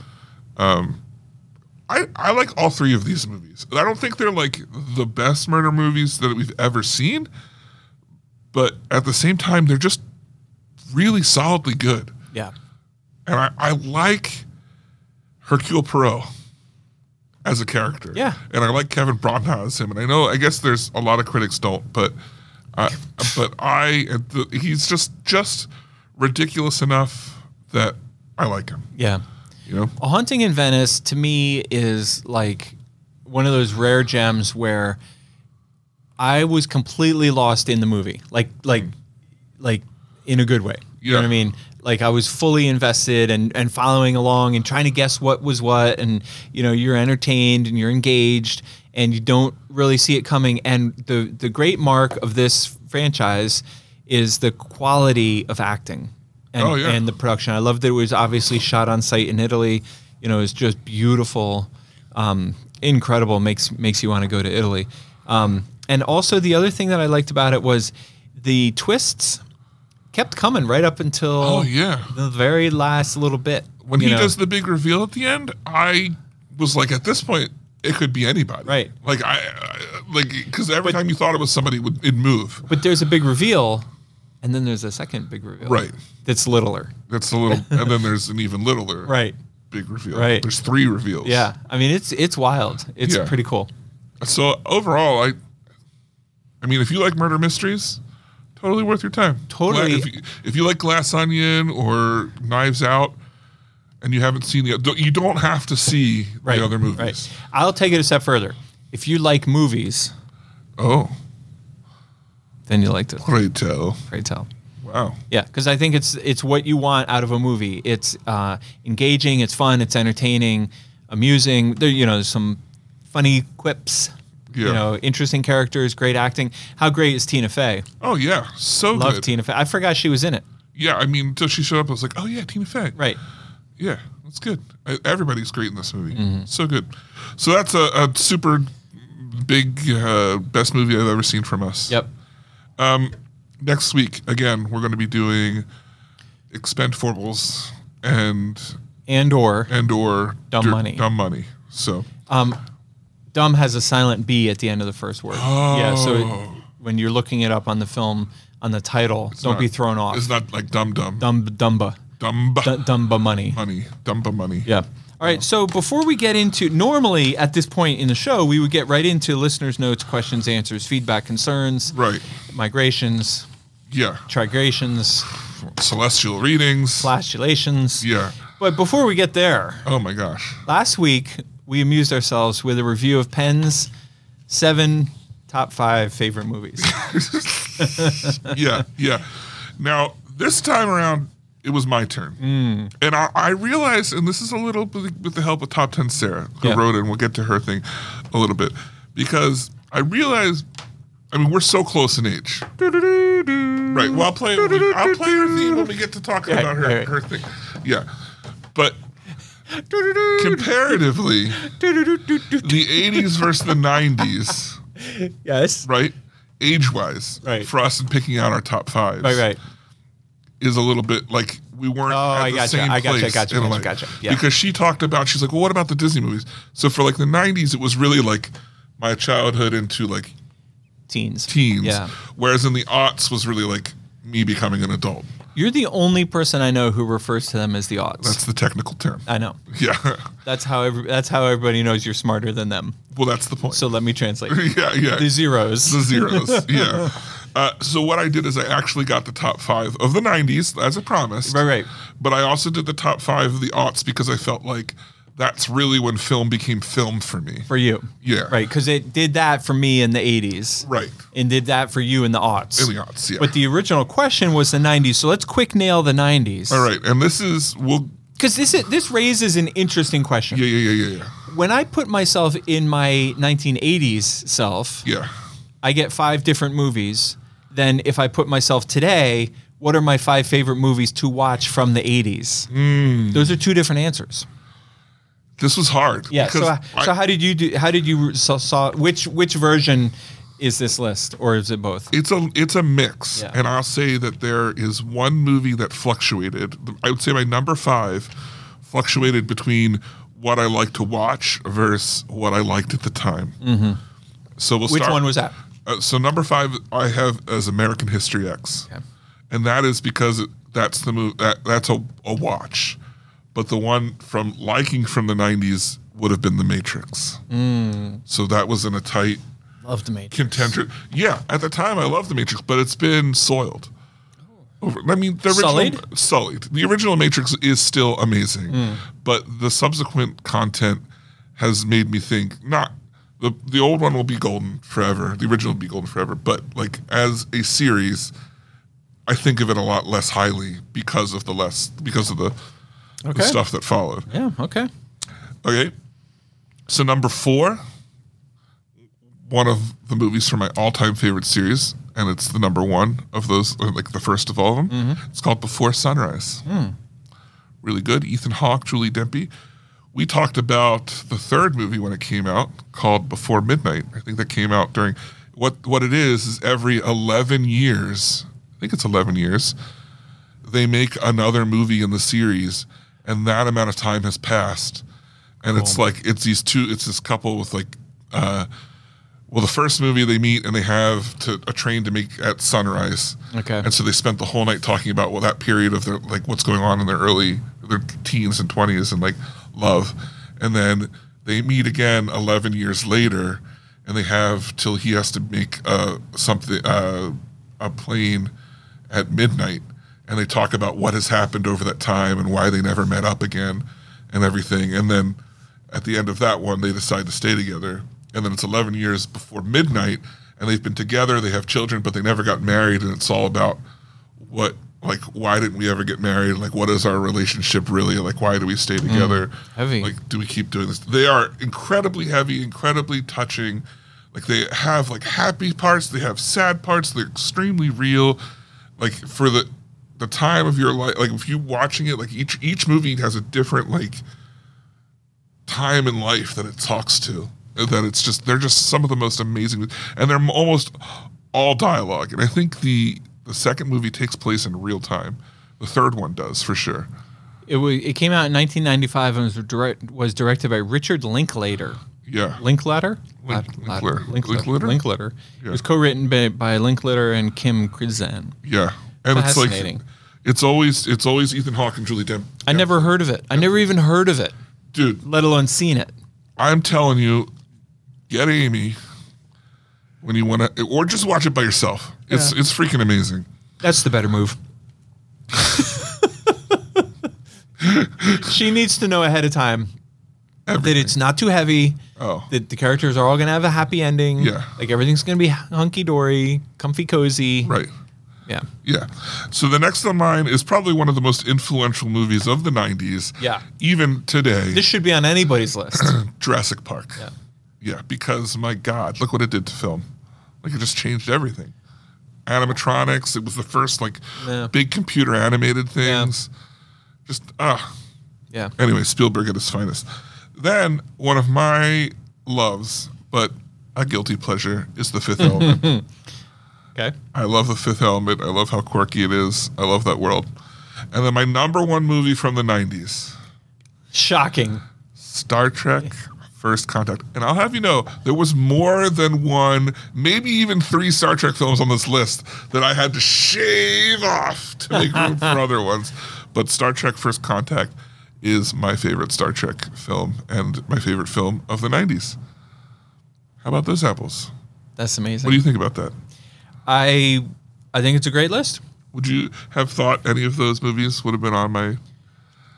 I, I like all three of these movies. I don't think they're like the best murder movies that we've ever seen, but at the same time, they're just really solidly good. Yeah. And I, I like Hercule Poirot as a character. Yeah. And I like Kevin Branagh as him. And I know, I guess there's a lot of critics don't, but I, but I, he's just, just ridiculous enough that I like him, Yeah. you know? A Haunting in Venice to me is like one of those rare gems where I was completely lost in the movie. Like like like in a good way. You know what Yeah. I mean? Like I was fully invested and, and following along and trying to guess what was what and you know, you're entertained and you're engaged and you don't really see it coming. And the the great mark of this franchise is the quality of acting and, Oh, yeah. and the production. I love that it was obviously shot on site in Italy. You know, it's just beautiful, um, incredible. Makes makes you want to go to Italy. Um, and also the other thing that I liked about it was the twists kept coming right up until Oh, yeah. the very last little bit. When you he know? does the big reveal at the end, I was like, at this point, it could be anybody. Right. Like I, I like because every time you thought it was somebody, it would it'd move. but there's a big reveal, and then there's a second big reveal. Right. That's littler. That's a little, and then there's an even [laughs] littler Right. big reveal. Right. There's three reveals. Yeah. I mean, it's it's wild. It's Yeah. pretty cool. So overall, I, I mean, if you like murder mysteries, totally worth your time. Totally. If you, if you like Glass Onion or Knives Out, and you haven't seen the, you don't have to see Right. the other movies. Right. I'll take it a step further. If you like movies, Oh, then you like this. pray tell! [laughs] Pray tell. Wow. Yeah, because I think it's it's what you want out of a movie. It's uh, engaging, it's fun, it's entertaining, amusing. There, you know, there's some funny quips. You Yeah. know, interesting characters, great acting. How great is Tina Fey? Oh yeah, so Love good. Tina Fey. I forgot she was in it. Yeah, I mean, until she showed up, I was like, oh yeah, Tina Fey. Right. Yeah, that's good. E- Everybody's great in this movie. Mm-hmm. So good. So that's a, a super big uh, best movie I've ever seen from us. Yep. next week again we're going to be doing expendables and And or and or Dumb dir- Money. dumb money so dumb has a silent B at the end of the first word. Yeah. So Oh. it, when you're looking it up on the film on the title, don't not- be thrown off. it's not like dumb dumb Dumb Dumba. dumb D- Dumba money. money dumb money Yeah. All right. So before we get into normally at this point in the show, we would get right into listeners' notes, questions, answers, feedback, concerns, right migrations, yeah trigrations, celestial readings flagellation. yeah But before we get there, oh my gosh last week we amused ourselves with a review of Penn's seven top five favorite [laughs] movies. yeah yeah now this time around it was my turn Mm. and I, I realized and this is a little bit with the help of top 10 sarah who Yeah. wrote it and we'll get to her thing a little bit because i realized i mean we're so close in age right well i'll play i'll play her theme when we get to talking Yeah, about her, all right. her thing yeah but comparatively the 80s versus the 90s yes. right age-wise Right. for us in picking out our top fives Right. Right. is a little bit like we weren't Oh, at I the gotcha, same I gotcha, place. gotcha, in gotcha, life. gotcha, yeah. Because she talked about, she's like, well, what about the Disney movies? So for like the 90s, it was really like my childhood into like Teens. teens. Yeah. Whereas in the aughts was really like me becoming an adult. You're the only person I know who refers to them as the aughts. That's the technical term. I know. yeah. [laughs] That's how every, that's how everybody knows you're smarter than them. Well, that's the point. So let me translate. [laughs] yeah, yeah. The zeros. [laughs] the zeros. yeah. Uh, so what I did is I actually got the top five of the '90s as I promised. Right, right. But I also did the top five of the aughts because I felt like that's really when film became film for me. for you. Yeah. Right, because it did that for me in the 80s. Right. And did that for you in the aughts. In the aughts, yeah. But the original question was the 90s, so let's quick nail the 90s. All right, and this is we'll. Because this, is- this raises an interesting question. Yeah, yeah, yeah, yeah, yeah. When I put myself in my 1980s self, Yeah. I get five different movies. Then if I put myself today, what are my five favorite movies to watch from the 80s? Hmm. Those are two different answers. This was hard. Yeah. So, uh, because I- so how did you do? How did you saw, saw which which version is this list, or is it both? it's a it's a mix, Yeah. and I'll say that there is one movie that fluctuated. I would say my number five fluctuated between what I like to watch versus what I liked at the time. Mm-hmm. So we'll Which start- one was that? Uh, so number five, I have as American History X, Okay. and that is because it- that's the move. That, that's a, a watch, but the one from liking from the '90s would have been The Matrix. Mm. So that was in a tight Love the Matrix. contender. Yeah, at the time I loved the Matrix, but it's been soiled. Over, I mean, the original Sullied? Hmm. sullied. The original Matrix is still amazing, but the subsequent content has made me think not the the old one will be golden forever. The original will be golden forever, but like as a series, I think of it a lot less highly because of the less because of the, Okay. the stuff that followed. Yeah. Okay. Okay. So number four, one of the movies from my all-time favorite series, and it's the number one of those, or like the first of all of them. It's called Before Sunrise. Really good. Ethan Hawke, Julie Dempsey. We talked about the third movie when it came out, called Before Midnight. I think that came out during what what it is is every eleven years. I think it's eleven years. They make another movie in the series, and that amount of time has passed and it's like it's these two it's this couple with like uh well the first movie they meet and they have to a train to make at sunrise Okay. and so they spent the whole night talking about well that period of their like what's going on in their early their teens and 20s and like love and then they meet again 11 years later and they have till he has to make uh something uh a plane at midnight and they talk about what has happened over that time and why they never met up again and everything and then at the end of that one they decide to stay together and then it's 11 years before midnight and they've been together they have children but they never got married and it's all about what like why didn't we ever get married like what is our relationship really like why do we stay together heavy. like do we keep doing this they are incredibly heavy incredibly touching like they have like happy parts they have sad parts they're extremely real like for the the time of your life like if you watching it like each each movie has a different like time in life that it talks to that it's just they're just some of the most amazing and they're almost all dialogue and i think the the second movie takes place in real time the third one does for sure It was. It came out in 1995 and was direct, was directed by Richard Linklater. yeah Linklater. Link- Lat- Linklater. lat- Linklater. Linklater? Linklater. It was co-written by, by Linklater and Kim Krizan. yeah and it's like Fascinating. it's always it's always ethan hawke and julie Dent. I never heard of it. I never even heard of it, dude let alone seen it. I'm telling you, get Amy when you want to, or just watch it by yourself. It's it's freaking amazing. That's the better move. [laughs] she needs to know ahead of time that it's not too heavy. Oh. That the characters are all going to have a happy ending. Yeah. Like everything's going to be hunky dory, comfy cozy. Right. Yeah. Yeah. So the next on mine is probably one of the most influential movies of the 90s. Yeah. Even today, This should be on anybody's [clears throat] list. Jurassic Park. Yeah. Yeah, because my God, look what it did to film. Like it just changed everything. Animatronics, it was the first like Yeah. big computer animated Yeah. things. Just ah, yeah. anyway, Spielberg at his finest. Then one of my loves, but a guilty pleasure, is The [laughs] Fifth Element. Okay. I love The Fifth Element. I love how quirky it is. I love that world. And then my number one movie from the '90s, Shocking. Star Trek. First Contact. And I'll have you know, there was more than one, maybe even three Star Trek films on this list that I had to shave off to make room for other ones. But Star Trek First Contact is my favorite Star Trek film and my favorite film of the 90s. How about those apples? That's amazing. What do you think about that? I I think it's a great list. Would you have thought any of those movies would have been on my.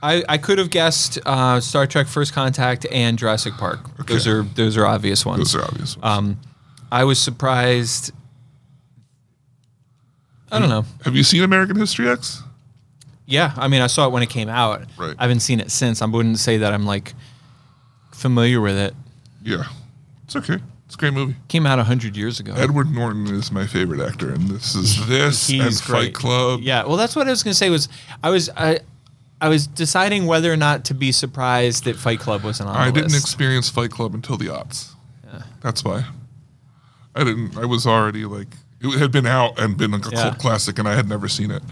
I, I could have guessed uh, Star Trek: First Contact and Jurassic Park. Those are those are obvious ones. Those are obvious ones. Um, I was surprised. I don't know. have you seen American History X? Yeah, I mean, I saw it when it came out. Right. I haven't seen it since. I wouldn't say that I'm like familiar with it. Yeah. It's okay. It's a great movie. Came out hundred years ago. Edward Norton is my favorite actor, and this is this He's and great. Fight Club. Yeah. Well, that's what I was gonna say. Was I was I, I was deciding whether or not to be surprised that Fight Club wasn't on. I the didn't list. experience Fight Club until the aughts. That's why. I didn't. I was already like it had been out and been like a Yeah. cult classic, and I had never seen it.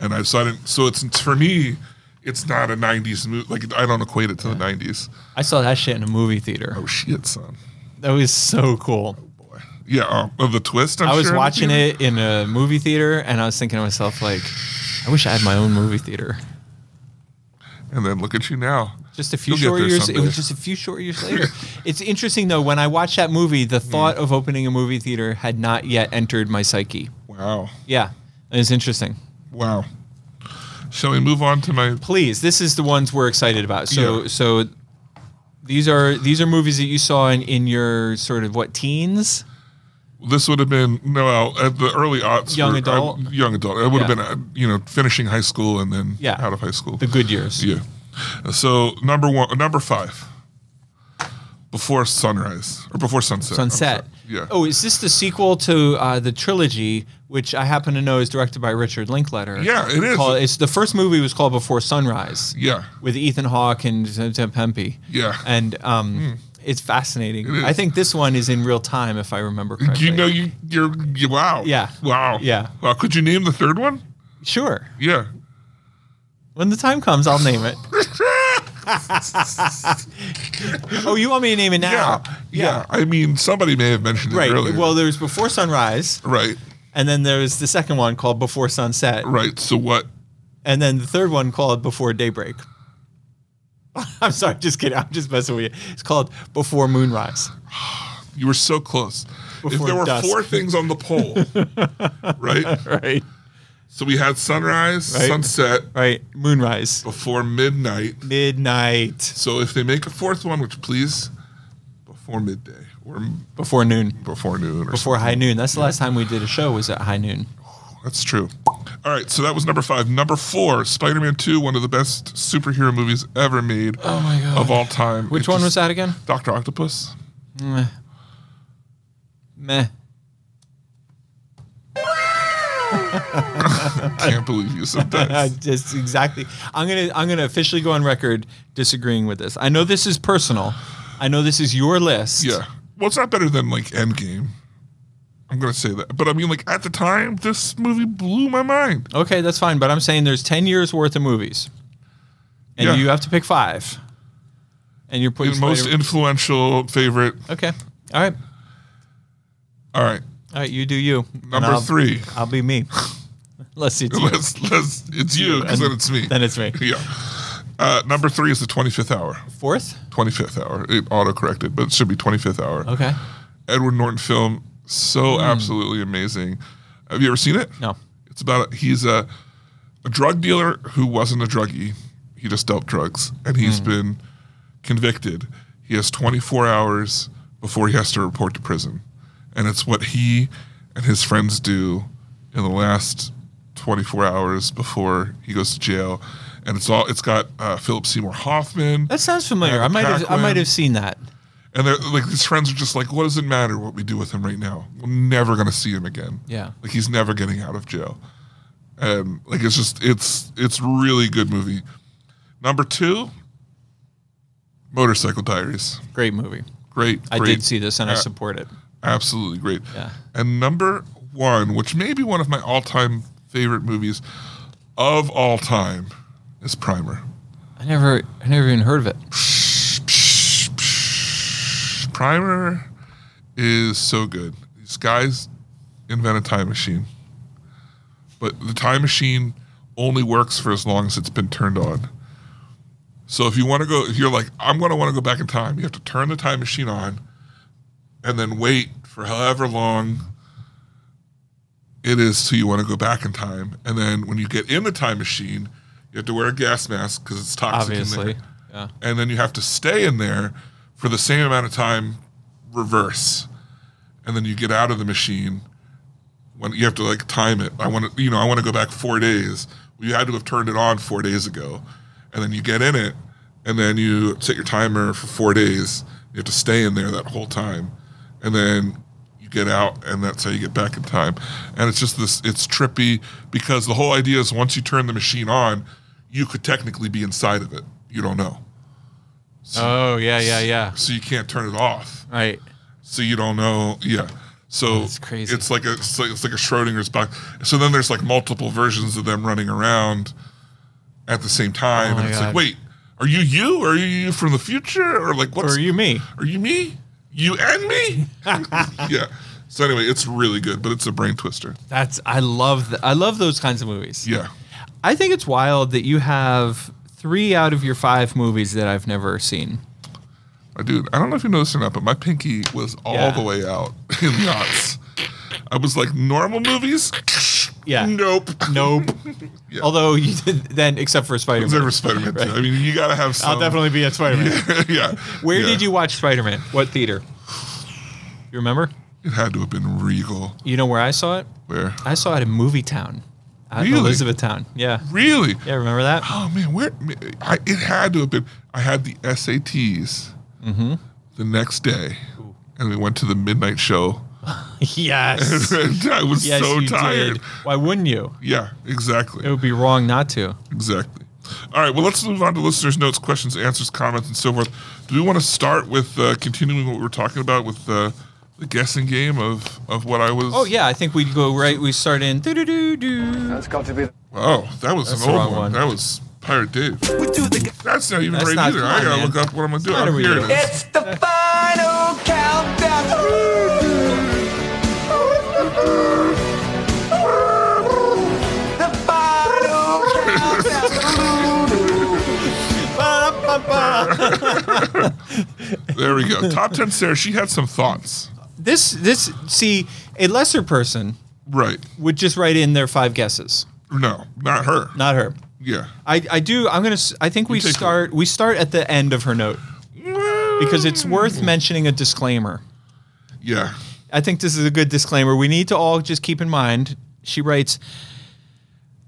And I so I didn't. So it's for me, it's not a '90s movie. Like I don't equate it to the '90s. I saw that shit in a movie theater. Oh shit, son. That was so cool. Yeah, um, oh, the twist. I'm I was sure, in the watching theater? it in a movie theater, and I was thinking to myself, like, I wish I had my own movie theater. and then look at you now. Just a few You'll get short there years. It someday. was just a few short years later. it's interesting though. When I watched that movie, the Hmm. thought of opening a movie theater had not yet entered my psyche. wow, Yeah, it's interesting. wow. Shall we move on to my? Please, this is the ones we're excited about. So, Yeah. so these are these are movies that you saw in in your sort of what teens. this would have been no at the early aughts. Young were- adult? I- young adult. It would have Yeah. been uh, you know finishing high school and then Yeah. out of high school. The good years. yeah. So number one, number five. Before sunrise or before sunset. I'm Sunset. sorry. Yeah. Oh, is this the sequel to uh, the trilogy, which I happen to know is directed by Richard Linkletter? Yeah, it is. Called- it's the first movie was called Before Sunrise. Yeah. With Ethan Hawke and Zem Zem Pempe. Yeah. And um, it's fascinating. Hmm. is. I think this one is in real time, if I remember correctly. You know you you're you, wow. Yeah. Wow. Yeah. Wow. Could you name the third one? Sure. Yeah. When the time comes, I'll name [laughs] it. oh, you want me to name it now? Yeah. yeah. I mean, somebody may have mentioned it Right. earlier. Well, there's Before Sunrise, right. and then there's the second one called Before Sunset, Right. So what? and then the third one called Before Daybreak. [laughs] I'm sorry, just kidding. I'm just messing with you. It's called Before Moonrise. You were so close. if Before there were dusk. four things on the poll, [laughs] right? Right. So we had sunrise, Right. sunset, Right. Moonrise. before midnight. Midnight. So if they make a fourth one, which please, before midday or m- Before noon. before noon or Before high noon. That's the last time we did a show was at high noon. something. That's true. All right, so that was number five. Number four, Spider-Man Two, one of the best superhero movies ever made Oh my god. of all time. Which one was that again? Doctor Octopus. Meh. I can't believe you [laughs] said [laughs] I that. just exactly. I'm gonna I'm gonna officially go on record disagreeing with this. I know this is personal. I know this is your list. yeah. Well, it's not better than like Endgame. I'm gonna say that, but I mean, like at the time, this movie blew my mind. Okay, that's fine. But I'm saying there's ten years worth of movies, and Yeah. you have to pick five, and you're putting The most Spider- influential favorite. okay. All right. All right, [laughs] All right. You do you. And number I'll- three. I'll be [laughs] me. Let's it's you. Let's, let's, it's you, because then it's me. Then it's me. [laughs] yeah. Uh, number three is the 25th hour. Fourth. 25th hour. It auto corrected, but it should be 25th hour. Okay. Hmm. Edward Norton film. So absolutely amazing. Have you ever seen it? No. It's about he's a, a drug dealer who wasn't a druggie. He just dealt drugs and he's been convicted. He has 24 hours before he has to report to prison. And it's what he and his friends do in the last 24 hours before he goes to jail. And it's all it's got uh, Philip Seymour Hoffman. That sounds familiar. Uh, I might have I Pac-Man. might have seen that. And they're like his friends are just like, what does it matter what we do with him right now? We're never gonna see him again. Yeah. Like he's never getting out of jail. And like it's just it's it's really good movie. Number two, Motorcycle Diaries. Great movie. Great. I great, did see this and I Uh, support it. Absolutely great. Yeah. And number one, which may be one of my all time favorite movies of all time, is Primer. I never I never even heard of it. Primer is so good. These guys invent a time machine, but the time machine only works for as long as it's been turned on. So if you want to go, if you're like, I'm going to want to go back in time, you have to turn the time machine on and then wait for however long it is till you want to go back in time. And then when you get in the time machine, you have to wear a gas mask because it's toxic. in there Obviously. Yeah. and then you have to stay in there for the same amount of time reverse and then you get out of the machine when you have to like time it i want to you know i want to go back four days well, you had to have turned it on four days ago and then you get in it and then you set your timer for four days you have to stay in there that whole time and then you get out and that's how you get back in time and it's just this it's trippy because the whole idea is once you turn the machine on you could technically be inside of it you don't know Oh yeah, yeah, yeah. so you can't turn it off. Right. So you don't know. Yeah. So Oh, That's crazy. It's like a it's like, it's like a Schrodinger's box. So then there's like multiple versions of them running around at the same time, Oh and my it's like, God. wait, are you you? Are you you from the future? Or like, Or what's are you me? Are you me? You [laughs] and me? yeah. So anyway, it's really good, but it's a brain twister. That's I love th- I love those kinds of movies. Yeah. I think it's wild that you have three out of your five movies that I've never seen. I do. I don't know if you noticed or not, but my pinky was all Yeah. the way out in [laughs] knots. I was like, normal movies? Yeah. Nope. Nope. Yeah. Although you did then, except for Spider Except for Man. Spider Man 2. I mean, you got to have some. I'll definitely be at Spider Man. [laughs] yeah. Where Yeah. did you watch Spider Man? What theater? You remember? It had to have been regal. You know where I saw it? Where? I saw it in Movie Town, out in Really? Elizabethtown. Yeah, Really? yeah. Remember that? [gasps] Oh man, where? I, it had to have been. I had the SATs Mm-hmm. the next day, and we went to the midnight show. [laughs] yes. And I was Yes, so you tired. did. Why wouldn't you? Yeah, exactly. It would be wrong not to. Exactly. All right, well, let's move on to listeners' notes, questions, answers, comments, and so forth. Do we want to start with uh, continuing what we were talking about with uh, the guessing game of, of what I was? Oh yeah, I think we'd go right. We start in. doo-doo-doo-doo. Oh, that was That's an the old wrong one. one. That was Pirate Dave. That's not even That's right not- either. come I on, gotta man. look up what I'm gonna do. What are Oh, we here doing? it [laughs] is. It's the final countdown. The final countdown. There we go. Top ten Sarah. She had some thoughts. This this see a lesser person Right. would just write in their five guesses. No, not her. Not her. Yeah. I, I do. I'm gonna. s- I think we You take start. We start at the end of her note because it's worth mentioning a disclaimer. Yeah. I think this is a good disclaimer. We need to all just keep in mind. She writes,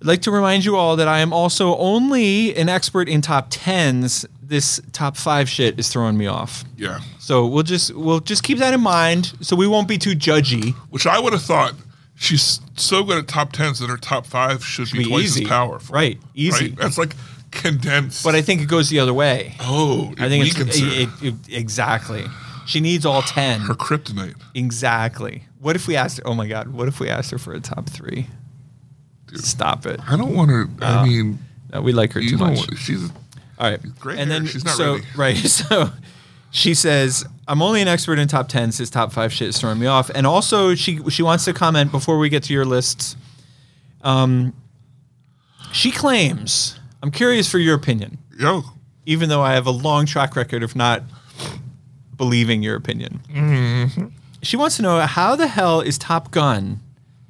I'd like to remind you all that I am also only an expert in top tens. This top five shit is throwing me off. Yeah. So we'll just we'll just keep that in mind so we won't be too judgy. Which I would have thought she's so good at top tens that her top five should, be, be twice easy. as powerful. Right. Easy. That's like condensed. But I think it goes the other way. oh, I think weakens it's her. it, it, exactly. She needs all ten. her kryptonite. Exactly. What if we asked? Oh my God! What if we asked her for a top three? Stop it. I don't want her. I mean, No, we like her you Uh, too know, much. she's All right. Great and hair. then She's not so ready. [laughs] right. So she says, "I'm only an expert in top tens. His top five shit is throwing me off." And also, she she wants to comment before we get to your lists. Um, she claims, "I'm curious for your opinion, yo. even though I have a long track record of not believing your opinion." Mm-hmm. She wants to know how the hell is Top Gun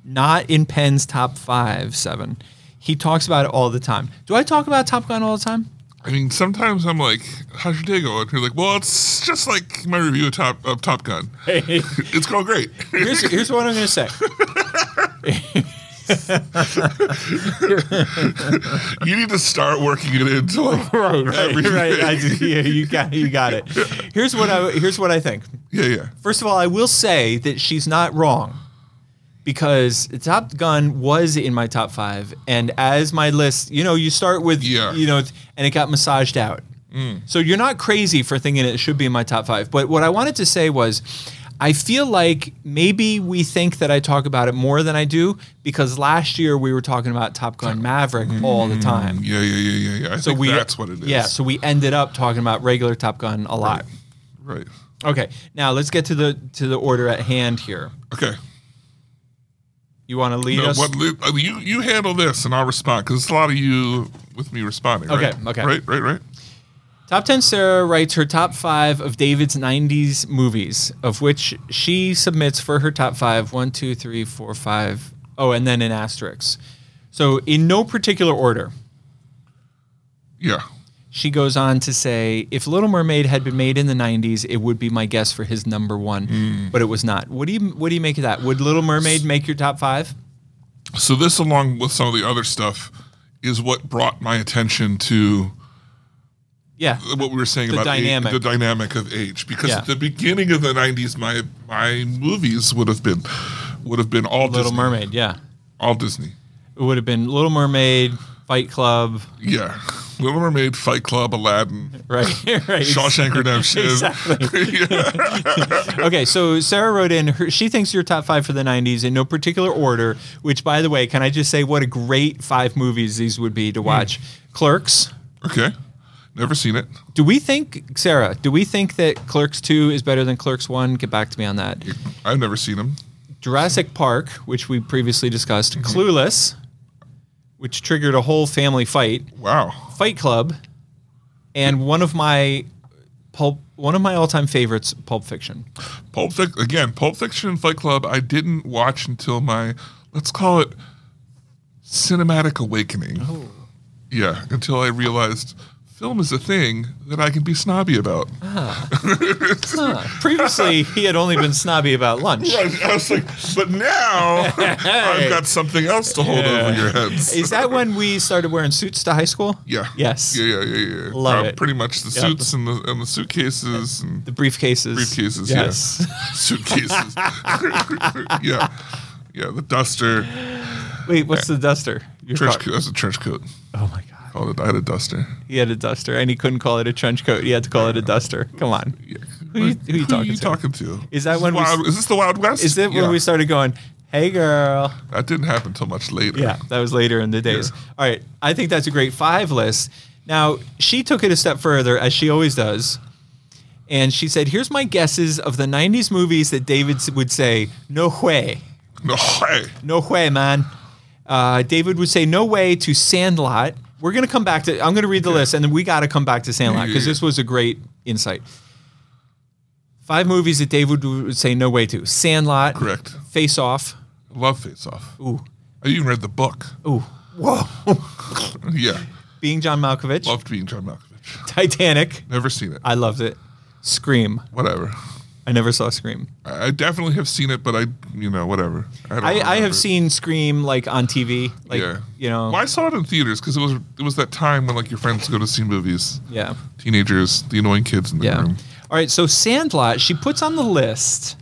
not in Penn's top five seven? He talks about it all the time. Do I talk about Top Gun all the time? I mean, sometimes I'm like, "How's your day going?" You're like, "Well, it's just like my review of Top of Top Gun. it's going great." here's, here's what I'm going to [laughs] say. [laughs] you need to start working it into [laughs] like everything. I just- yeah, you got you got it. Here's what I here's what I think. yeah, yeah. First of all, I will say that she's not wrong because Top Gun was in my top five, and as my list, you know, you start with Yeah. you know, and it got massaged out. So you're not crazy for thinking it should be in my top five. But what I wanted to say was. I feel like maybe we think that I talk about it more than I do because last year we were talking about Top Gun Mm-hmm. Maverick all the time. Yeah, yeah, yeah, yeah, yeah. I So think we that's what it is. Yeah, so we ended up talking about regular Top Gun a lot. right. Okay, now let's get to the to the order at hand here. Okay. You want to lead No, us? what, li- I mean, you you handle this and I'll respond because it's a lot of you with me responding. Okay, Right? okay. Right. Right. Right. Top 10 Sarah writes her top five of David's 90s movies, of which she submits for her top five one, two, three, four, five. Oh, and then an asterisk. So, in no particular order, Yeah. she goes on to say if Little Mermaid had been made in the 90s, it would be my guess for his number one, Mm. but it was not. What do you what do you make of that? Would Little Mermaid make your top five? So this, along with some of the other stuff, is what brought my attention to Yeah. what we were saying about age- dynamic. the dynamic of age. Because Yeah. at the beginning of the '90s, my my movies would have been would have been all Little Disney, Mermaid, yeah. all Disney. It would have been Little Mermaid, Fight Club, [laughs] Yeah, Little Mermaid, Fight Club, Aladdin, right? right. Shawshank Redemption. [laughs] Exactly. [laughs] Yeah. Okay, so Sarah wrote in her, she thinks your top five for the 90s in no particular order, which, by the way, can I just say what a great five movies these would be to watch? Clerks. Okay, never seen it. Do we think, Sarah, do we think that Clerks 2 is better than Clerks 1? Get back to me on that. I've never seen them. Jurassic Park, which we previously discussed, Clueless, which triggered a whole family fight. Wow. Fight Club, and one of my pulp, one of my all-time favorites, Pulp Fiction. Pulp Fic- again, Pulp Fiction and Fight Club. I didn't watch until my let's call it Oh. cinematic awakening. Yeah, until I realized film is a thing that I can be snobby about. Huh. [laughs] Previously, he had only been snobby about lunch. Right, I was like, but now [laughs] I've got something else to hold over your heads. Is that when we started wearing suits to high school? Yeah. Yes. Yeah, yeah, yeah, yeah. Love it. Pretty much the Yeah. suits and the and the suitcases and The briefcases. briefcases. Yes. Yeah. [laughs] Suitcases. yeah. Yeah. The duster. [laughs] Wait, what's the duster? Your Trench car- coat. That's a trench coat. Oh my god. Called it. I had a duster. He had a duster, and he couldn't call it a trench coat. He had to call it a duster. Come on. Yeah. Who you- who you talking to? Is that when we s- wild, is this the Wild West? Is it Yeah. when we started going? Hey, girl. That didn't happen until much later. Yeah, that was later in the days. All right, I think that's a great five list. Now, she took it a step further, as she always does. And she said, Here's my guesses of the 90s movies that David s- would say, No way. No way. No way, man. Uh, David would say, No way to Sandlot. We're going to come back to, I'm going to read the list, and then we got to come back to Sandlot Yeah, because yeah, this was a great insight. Five movies that David would say, No way to Sandlot, Correct. Face Off. Love Face Off. Ooh. I even read the book. Ooh. Whoa. Yeah. Being John Malkovich. Loved being John Malkovich. Titanic. Never seen it. I loved it. Scream. whatever. I never saw Scream. I I definitely have seen it, but I, you know, whatever. don't I, I remember. have seen Scream like on TV. Like you know Well, I saw it in theaters because it was it was that time when like your friends go to see movies. Yeah. Teenagers, the annoying kids in the Yeah. room. All right, so Sandlot, she puts on the list.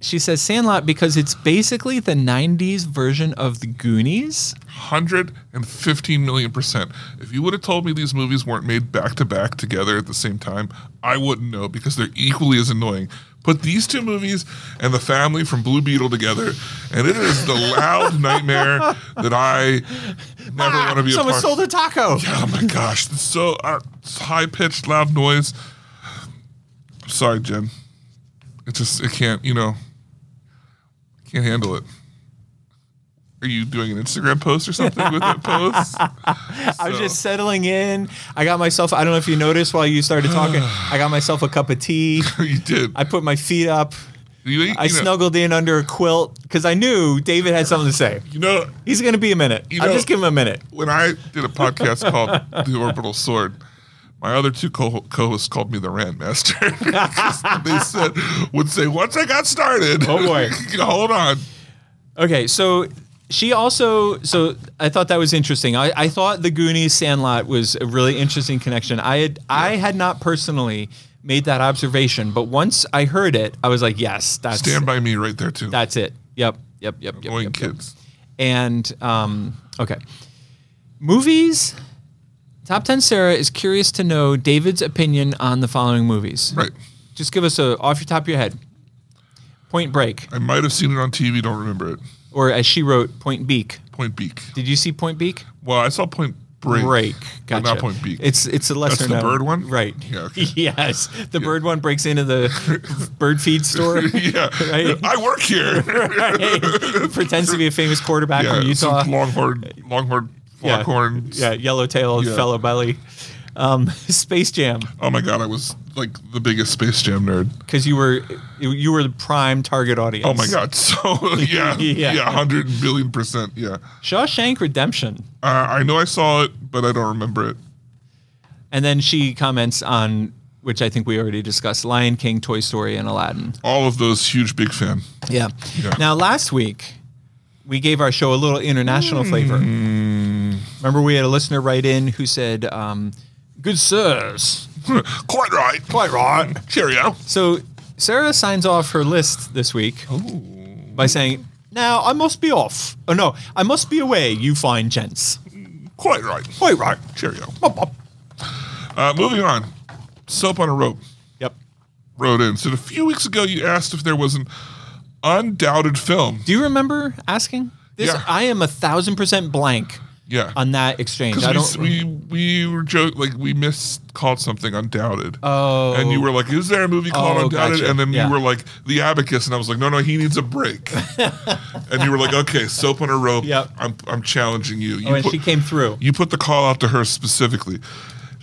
She says Sandlot because it's basically the 90s version of the Goonies. Hundred and fifteen million percent. If you would have told me these movies weren't made back to back together at the same time, I wouldn't know because they're equally as annoying. Put these two movies and the family from Blue Beetle together, and it is the loud nightmare that I never want to be a Ah, Someone part sold a [laughs] taco. Oh my gosh, it's so uh, high pitched, loud noise. I'm sorry, Jen. It just it can't, you know, can't handle it. Are you doing an Instagram post or something with that post? [laughs] I was just settling in. I got myself, I don't know if you noticed while you started [sighs] talking, I got myself a cup of tea. [laughs] you did. I put my feet up. you, you I know- snuggled in under a quilt because I knew David had something to say. You know, He's gonna be a minute. You I'll know- just give him a minute. when I did a podcast called The Orbital Sword, my other two co- co-hosts called me the [laughs] Randmaster. 'Cause they said would say once I got started. Oh, boy. you know, [laughs] hold on. Okay, so she also so I thought that was interesting. I, I thought the Goonies Sandlot was a really interesting connection. I had I had not personally made that observation, but once I heard it, I was like, yes, that's Stand by me right there too. that's it. Yep, yep, yep, yep. Annoying yep, yep. kids. And um, okay, movies. Top ten. Sarah is curious to know David's opinion on the following movies. Right. Just give us a off your top of your head. Point Break, I might have seen it on TV, don't remember it. or as she wrote, Point Beak. Point Beak. Did you see Point Beak? Well, I saw Point Break. Gotcha. but not Point Beak. [laughs] It's it's a lesser the known- bird one? right? Yeah, okay. [laughs] yes, the bird one breaks into [laughs] the bird feed store. yeah. Right. I [laughs] work here. Right. [laughs] Pretends to be a famous quarterback yeah, from it's Utah. a Longhorn, Longhorn, yeah, Longhorn. yeah, yellow-tailed Yeah. fellow belly. Um, [laughs] Space Jam, Oh my God, I was like the biggest Space Jam nerd. because you were you were the prime target audience. Oh my God. [laughs] So, yeah. [laughs] Yeah. yeah. yeah 100 billion percent. Yeah. Shawshank Redemption. Uh, I know I saw it, but I don't remember it. And then she comments on which I think we already discussed: Lion King, Toy Story, and Aladdin. All of those, huge, big fan. [laughs] Yeah. Yeah. Now, last week, we gave our show a little international Hmm. flavor. Remember, we had a listener write in who said, um, Good sirs. Quite right. Quite right. Cheerio. So, Sarah signs off her list this week by saying, Now I must be off. Oh, no, I must be away, you fine gents. Quite right. Quite right. Cheerio. Uh, moving on. Soap on a rope. Yep. wrote in. So a few weeks ago, you asked if there was an undoubted film. Do you remember asking? This, Yeah. I am a thousand percent blank Yeah, on that exchange. I because don't. we, we we were joke like we miscalled something undoubted. Oh. and you were like, "Is there a movie called Oh, Undoubted?" gotcha. And then Yeah. you were like, "The Abacus," and I was like, "No, no, he needs [laughs] a break." and you were like, "Okay, soap on a rope. Yep. I'm I'm challenging you." you oh, and she came through. You put the call out to her specifically.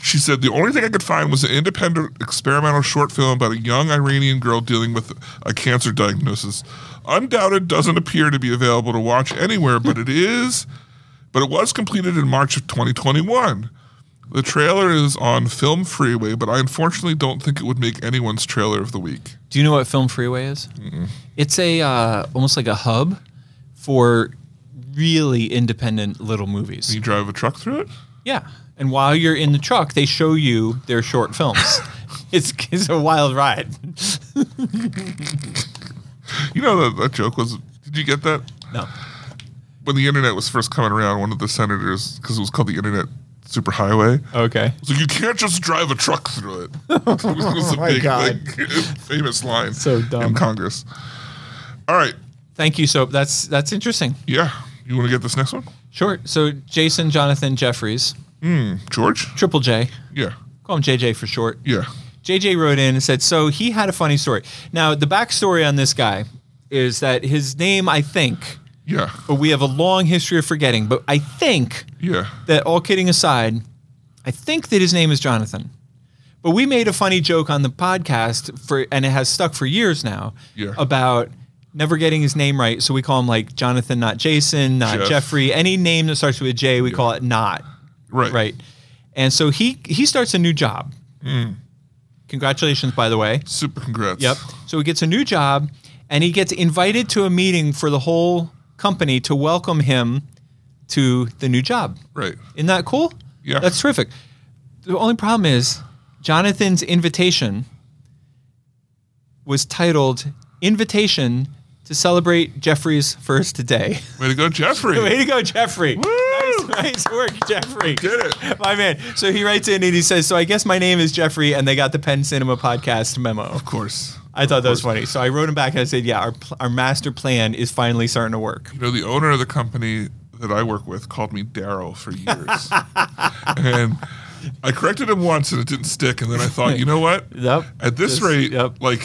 She said the only thing I could find was an independent experimental short film about a young Iranian girl dealing with a cancer diagnosis. Undoubted doesn't appear to be available to watch anywhere, but it is, but it was completed in March of 2021. The trailer is on Film Freeway, but I unfortunately don't think it would make anyone's trailer of the week. Do you know what Film Freeway is? It's a uh, almost like a hub for really independent little movies. You drive a truck through it? Yeah. And while you're in the truck, they show you their short films. it's, it's a wild ride. You know that, that joke was. Did you get that? No. When the internet was first coming around, one of the senators, because it was called the Internet Superhighway, Okay. was like, you can't just drive a truck through it. [laughs] it [laughs] was, it was a Oh my big, God. like, [laughs] famous line So dumb. in Congress. All right. Thank you, Soap. That's that's interesting. Yeah. You want to get this next one? Short. So Jason Jonathan Jeffries, Hmm, George? Triple J. Yeah. Call him JJ for short. Yeah. JJ wrote in and said, so he had a funny story. Now the backstory on this guy is that his name, I think, Yeah. but we have a long history of forgetting. But I think Yeah. that all kidding aside, I think that his name is Jonathan. But we made a funny joke on the podcast for and it has stuck for years now Yeah. about never getting his name right. So we call him like Jonathan, not Jason, not Jeff. Jeffrey. Any name that starts with a J, we call it not. Right. Right. And so he he starts a new job. Mm. Congratulations, by the way. Super congrats. Yep. So he gets a new job and he gets invited to a meeting for the whole company to welcome him to the new job. Right. Isn't that cool? Yeah. That's terrific. The only problem is Jonathan's invitation was titled Invitation to Celebrate Jeffrey's First Day. [laughs] Way to go, Jeffrey. Way to go, Jeffrey. Woo! Nice, nice work, Jeffrey. Did it. My man. So he writes in and he says, So I guess my name is Jeffrey, and they got the Penn Cinema podcast memo. Of course. I thought that was funny. So I wrote him back and I said, Yeah, our, pl- our master plan is finally starting to work. You know, the owner of the company that I work with called me Daryl for years. [laughs] and I corrected him once and it didn't stick. And then I thought, you know what? [laughs] Yep. At this Just- rate, yep. like,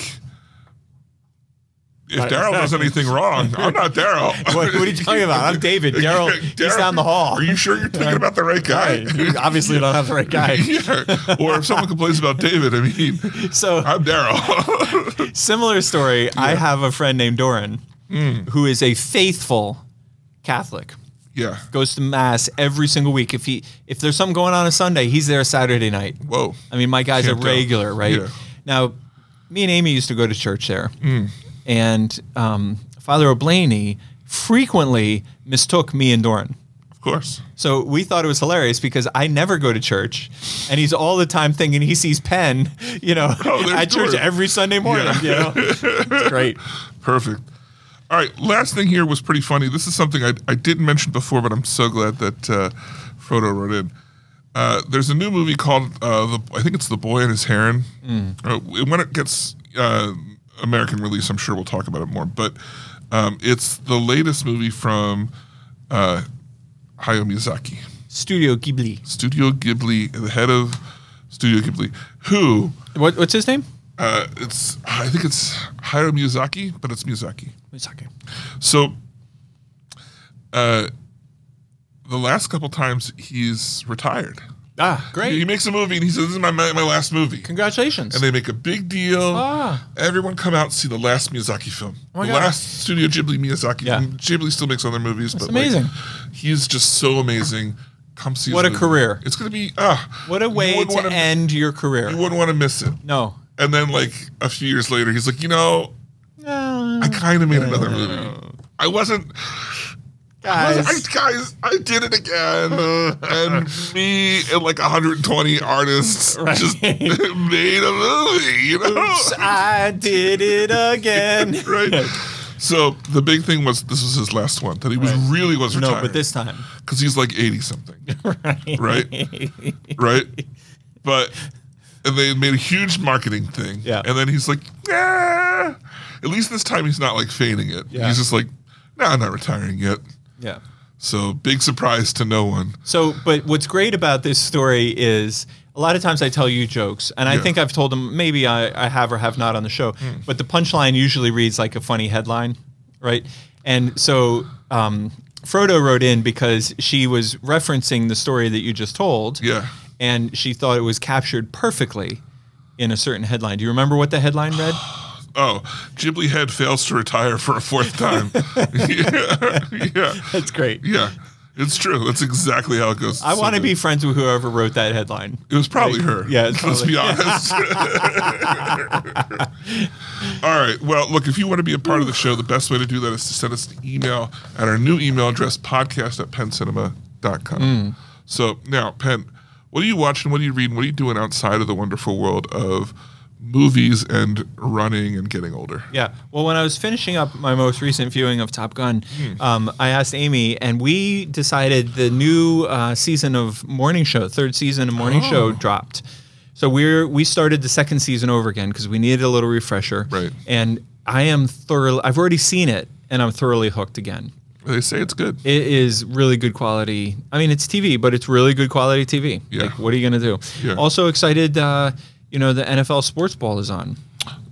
if Daryl does anything wrong, I'm not Daryl. [laughs] What, what are [laughs] you talking about? I'm David. Daryl, he's Daryl, down the hall. Are you sure you're thinking about the right guy? [laughs] You obviously don't have the right guy. yeah. Or if someone complains about David, I mean, So I'm Daryl. [laughs] similar story. I have a friend named Doran Hmm. who is a faithful Catholic. yeah. Goes to mass every single week. If he if there's something going on a Sunday, he's there Saturday night. Whoa. I mean, my guy's Can't a tell. regular, right? Yeah. Now, me and Amy used to go to church there, Mm. and um, Father O'Blaney frequently mistook me and Doran. Of course. So we thought it was hilarious because I never go to church, and he's all the time thinking he sees Penn, [laughs] you know, Oh, there's at church Doran. every Sunday morning. Yeah. You know, [laughs] it's great. Perfect. All right, last thing here was pretty funny. This is something I, I didn't mention before, but I'm so glad that uh, Frodo wrote in. Uh, there's a new movie called uh, the, I think it's The Boy and His Heron. Uh, when it gets uh, American release, I'm sure we'll talk about it more. But um, it's the latest movie from uh, Hayao Miyazaki. Studio Ghibli. Studio Ghibli, the head of Studio Ghibli, who What, what's his name? uh, it's I think it's Hayao Miyazaki, but it's Miyazaki. Misaki. So, uh, the last couple times he's retired. Ah, He great! makes a movie and he says, "This is my my, my last movie," Congratulations. and they make a big deal. Ah. Everyone come out and see the last Miyazaki film, Oh my the God. last Studio Ghibli Miyazaki. Yeah. film. Ghibli still makes other movies, but like, amazing. he's just so amazing. Come see his What a movie. career. It's gonna be ah, what a you way wouldn't to wanna- end your career. You wouldn't want to miss it. no. And then like a few years later, he's like, you know, I kind of made another movie. I wasn't. I was- I, guys, I did it again. and me and like [laughs] 120 artists just [laughs] made a movie, you know? I did it again. [laughs] right? So the big thing was this was his last one, that he was really was retired. No, but this time. Because he's like 80 something. [laughs] right? Right? But. And they made a huge marketing thing. Yeah. And then he's like, nah. At least this time he's not like feigning it. Yeah. He's just like, nah, I'm not retiring yet. Yeah. So big surprise to no one. So, but what's great about this story is a lot of times I tell you jokes, and I Yeah. Hmm. think I've told them, maybe I, I have or have not on the show, but the punchline usually reads like a funny headline, right? And so um, Frodo wrote in because she was referencing the story that you just told. Yeah. And she thought it was captured perfectly in a certain headline. Do you remember what the headline [gasps] read? Oh, [laughs] Ghibli head fails to retire for a fourth time. [laughs] yeah. yeah. That's great. Yeah. It's true. That's exactly how it goes. I So want to good. be friends with whoever wrote that headline. It was probably her. Yeah, it's [laughs] let's [laughs] be honest. All right. Well, look, if you want to be a part of the show, the best way to do that is to send us an email at our new email address, podcast at pencinema.com. Hmm. So now, Penn, what are you watching? What are you reading? What are you doing outside of the wonderful world of movies and running and getting older? Yeah. Well, when I was finishing up my most recent viewing of Top Gun, Hmm. um, I asked Amy, and we decided the new uh, season of Morning Show, third season of Morning Oh. Show, dropped. So we're we started the second season over again because we needed a little refresher. Right. And I am thoroughly. I've already seen it, and I'm thoroughly hooked again. They say it's good. It is really good quality. I mean, it's TV, but it's really good quality TV. Yeah. Like, what are you gonna do? Yeah. Also excited. Uh, you know, the NFL sports ball is on.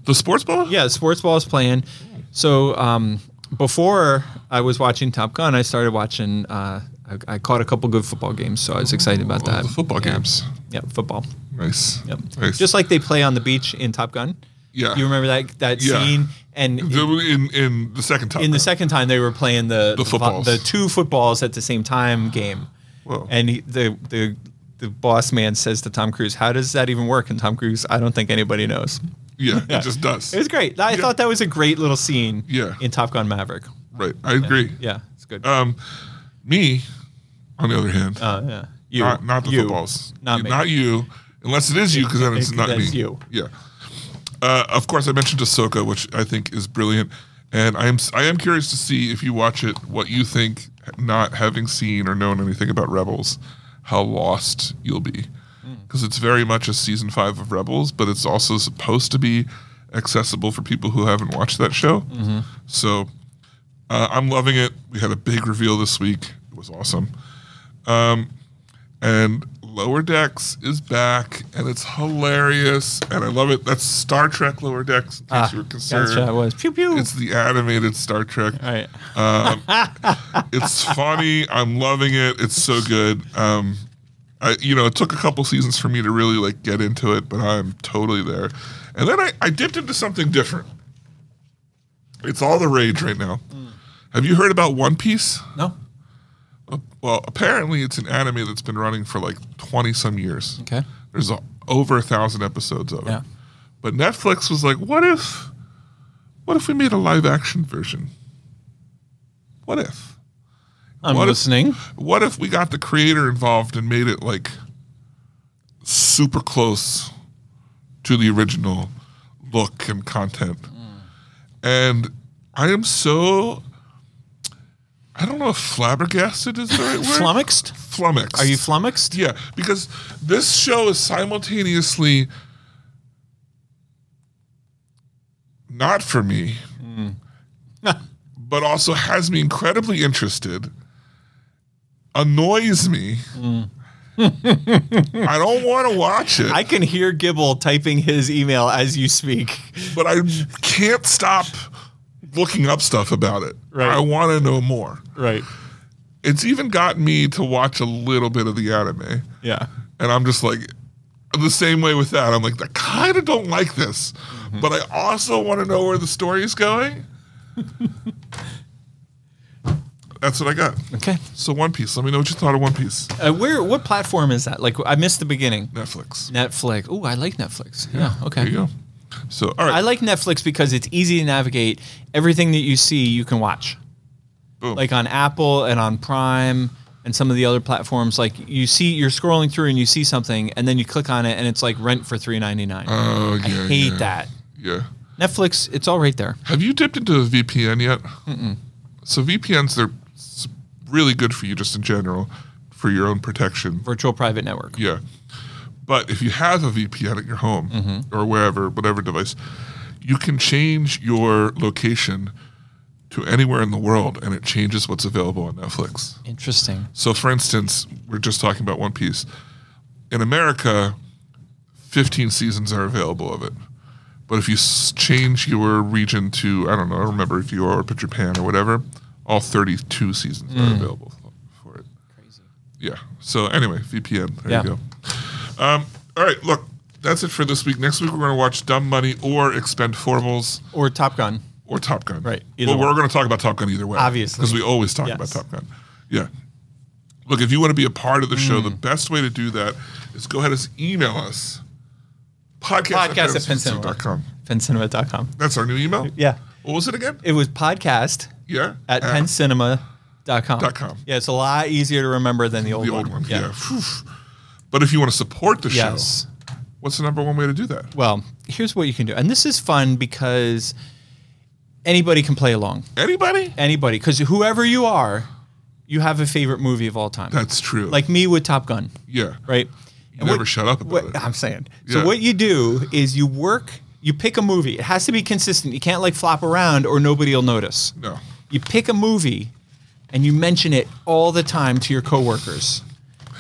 the sports ball? Yeah, sports ball is playing. So um, before I was watching Top Gun, I started watching. Uh, I, I caught a couple good football games, so I was excited about that. Oh, The football Yeah. games. Yeah, football. Nice. Yep. Nice. Just like they play on the beach in Top Gun. Yeah. You remember that that Yeah. scene? And in, in, in the second time. in the second time, they were playing the The footballs. the two footballs at the same time game. Whoa. And he, the the the boss man says to Tom Cruise, "How does that even work?" And Tom Cruise, "I don't think anybody knows." Yeah, it just does. It was great. I thought that was a great little scene. Yeah. In Top Gun Maverick. Right. I agree. [laughs] Yeah, it's good. Um, me, on the other hand, Uh, yeah. You, not, not the you. footballs. Not me. you, unless it is you, because then it's It- not that's me. you. Yeah. Uh, of course, I mentioned Ahsoka, which I think is brilliant, and I am I am curious to see if you watch it, what you think, not having seen or known anything about Rebels, how lost you'll be, Hmm. because it's very much a season five of Rebels, but it's also supposed to be accessible for people who haven't watched that show. Hmm. So uh, I'm loving it. We had a big reveal this week. It was awesome. Um, and Lower Decks is back, and it's hilarious, and I love it. That's Star Trek Lower Decks, in case you were concerned. Ah, Gotcha. I was. Pew pew. It's the animated Star Trek. All right. It's funny. I'm loving it. It's so good. Um, I, you know, it took a couple seasons for me to really like get into it, but I'm totally there. And then I, I dipped into something different. It's all the rage right now. Mm. Have you heard about One Piece? Uh, No. Well, apparently it's an anime that's been running for like 20 some years. Okay. There's a, over a thousand episodes of it. Yeah. But Netflix was like, what if, what if we made a live action version? What if? I'm What if- listening. What if we got the creator involved and made it like super close to the original look and content? And I am so, I don't know if flabbergasted is the [laughs] right word. Flummoxed? Flummoxed. Are you flummoxed? Yeah, because this show is simultaneously not for me, Hmm. but also has me incredibly interested, annoys me. Hmm. [laughs] I don't want to watch it, I can hear Gibble typing his email as you speak. but I can't stop looking up stuff about it. Right. I want to know more. Right. It's even got me to watch a little bit of the anime. Yeah. And I'm just like, the same way with that. I'm like, I kind of don't like this, Mm-hmm. but I also want to know where the story is going. That's what I got. Okay. So One Piece. Let me know what you thought of One Piece. Uh, where? What platform is that? Like, I missed the beginning. Netflix. Netflix. Oh, I like Netflix. Yeah. There okay. you go. So all right. I like Netflix because it's easy to navigate. Everything that you see, you can watch. Boom. Like on Apple and on Prime and some of the other platforms, like you see, you're scrolling through and you see something, and then you click on it, and it's like rent for three ninety nine. oh yeah. I hate yeah, that. Yeah. Netflix, it's all right there. Have you dipped into a VPN yet? So VPNs they're s- really good for you just in general for your own protection. Virtual private network. Yeah. But if you have a VPN at your home or wherever, whatever device, you can change your location to anywhere in the world and it changes what's available on Netflix. Interesting. So, for instance, we're just talking about One Piece. In America, 15 seasons are available of it. But if you s- change your region to, I don't know, I don't remember if you are up to Japan or whatever, all 32 seasons are available f- for it. Crazy. Yeah. So, anyway, VPN. There Yeah. you go. Um, all right. Look, that's it for this week. Next week, we're going to watch Dumb Money or Expend Formals Or Top Gun. or Top Gun. Right, either Well, we're one. going to talk about Top Gun either way. Obviously. Because we always talk Yes. about Top Gun. Yeah. Look, if you want to be a part of the show, Mm. the best way to do that is go ahead and email us. Podcast, Podcast at PennCinema. PennCinema.com. That's our new email. Yeah. What was it again? It was podcast Yeah. at PennCinema.com. Ah. Dot com. Yeah, it's a lot easier to remember than the old, The old one. Yeah. Yeah. Phew. But if you want to support the Yes. show, what's the number one way to do that? Well, here's what you can do. And this is fun because anybody can play along. Anybody? Anybody. Because whoever you are, you have a favorite movie of all time. That's true. like me with Top Gun, yeah. right? You never shut up What, about it. I'm saying. Yeah. So what you do is you work, you pick a movie. It has to be consistent. You can't like flop around or nobody will notice. No. You pick a movie and you mention it all the time to your coworkers.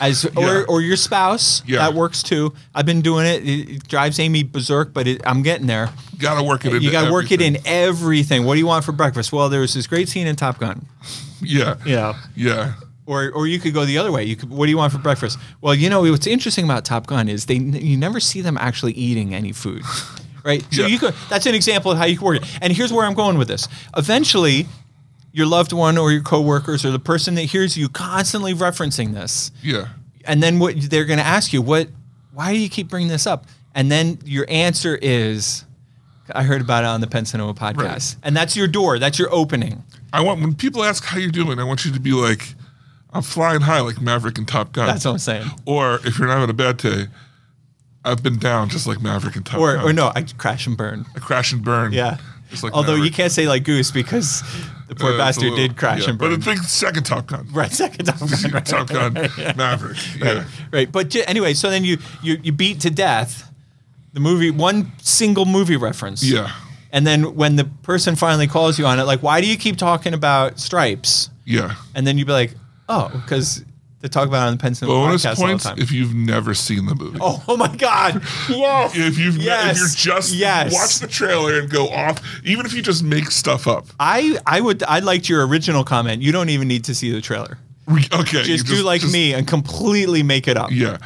As, Yeah. or, or your spouse Yeah. that works too. I've been doing it. It, it drives Amy berserk, but it, I'm getting there. Gotta work it in. you got to work it in everything. What do you want for breakfast? Well, there was this great scene in Top Gun. Yeah. Yeah. Yeah. Or, or you could go the other way. You could, what do you want for breakfast? Well, you know what's interesting about Top Gun is they you never see them actually eating any food, [laughs] right? So Yeah. you could that's an example of how you could work it. And here's where I'm going with this. Eventually, your loved one or your coworkers or the person that hears you constantly referencing this, Yeah. and then what they're going to ask you what why do you keep bringing this up and then your answer is i heard about it on the pensanoa podcast Right. and that's your door that's your opening I want when people ask how you're doing, I want you to be like, I'm flying high like Maverick and Top Gun. that's what i'm saying Or if you're not having a bad day, I've been down just like Maverick and Top or, Gun. or no i crash and burn I crash and burn. yeah Just like although you Maverick. can't say like goose because the poor Uh, it's a bastard little- did crash yeah. and burn But I think second Top Gun. [laughs] right second time right, Top Gun, [laughs] Maverick. [laughs] Yeah. right but ju- anyway so then you, you you beat to death the movie one single movie reference Yeah. and then when the person finally calls you on it like why do you keep talking about stripes Yeah. and then you'd be like, oh, because they talk about it on the Penn Central Bonus podcast points all the time. if you've never seen the movie. oh, oh my [laughs] God! Yes, If you've ne- if Yes. you're just Yes. watch the trailer and go off, even if you just make stuff up. I I would I liked your original comment. You don't even need to see the trailer. Re- Okay, you Just, do like just- me and completely make it up. Yeah.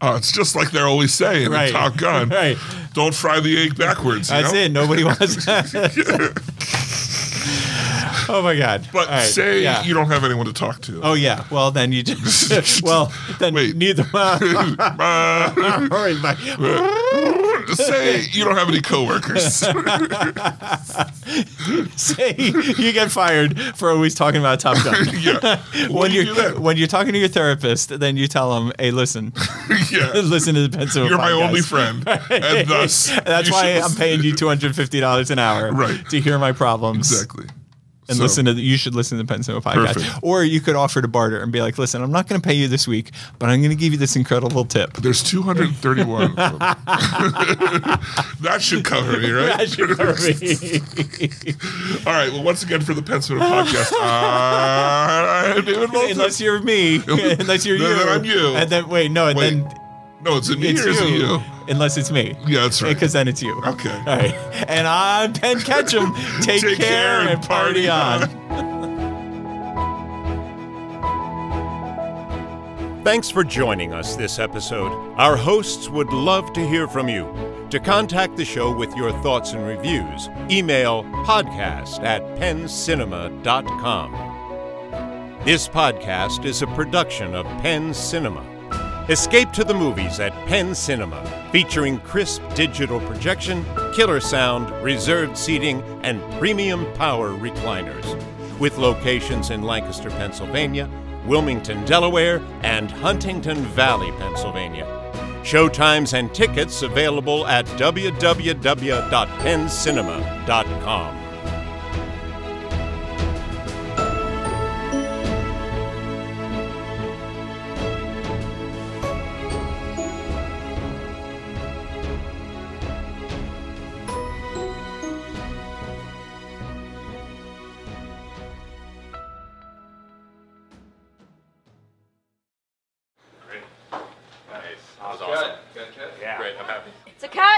Uh, it's just like they're always saying Right. in Top [laughs] Gun. Right. Don't fry the egg backwards. you That's know? it. Nobody [laughs] wants that. oh my God! But All right, say yeah. you don't have anyone to talk to. Oh yeah. Well then you just [laughs] well then Wait. neither. [laughs] All Uh, right, bye. [laughs] say you don't have any coworkers. [laughs] say you get fired for always talking about Top Gun. [laughs] [laughs] yeah. when do you you're do then? when you're talking to your therapist, then you tell them, "Hey, listen, [laughs] yeah. listen to the pencil. You're my only friend. [laughs] And thus That's you why should I'm listen- paying you two hundred fifty dollars an hour Right. to hear my problems Exactly. and So, listen to. The, you should listen to the Pensimo podcast, Perfect. or you could offer to barter and be like, "Listen, I'm not going to pay you this week, but I'm going to give you this incredible tip." There's 231 of [laughs] them. that should cover me, right? That should cover me. [laughs] All right. Well, once again for the Pennsylvania [laughs] podcast, I'm David Moulton. [laughs] unless you're [laughs] me, unless you're No, you, then I'm you. and then wait, no, and Wait. then no, it's a me it's or is it you, you? unless it's me. Yeah, that's right. Because then it's you. Okay. All right. And I'm Ben [laughs] Ketchum. Take, Take care, and party on. Thanks for joining us this episode. Our hosts would love to hear from you. To contact the show with your thoughts and reviews, email podcast at penncinema.com. This podcast is a production of Penn Cinema. Escape to the movies at Penn Cinema, featuring crisp digital projection, killer sound, reserved seating, and premium power recliners. With locations in Lancaster, Pennsylvania, Wilmington, Delaware, and Huntington Valley, Pennsylvania. Showtimes and tickets available at www.penncinema.com. That was awesome. Great. I'm happy. It's a cat.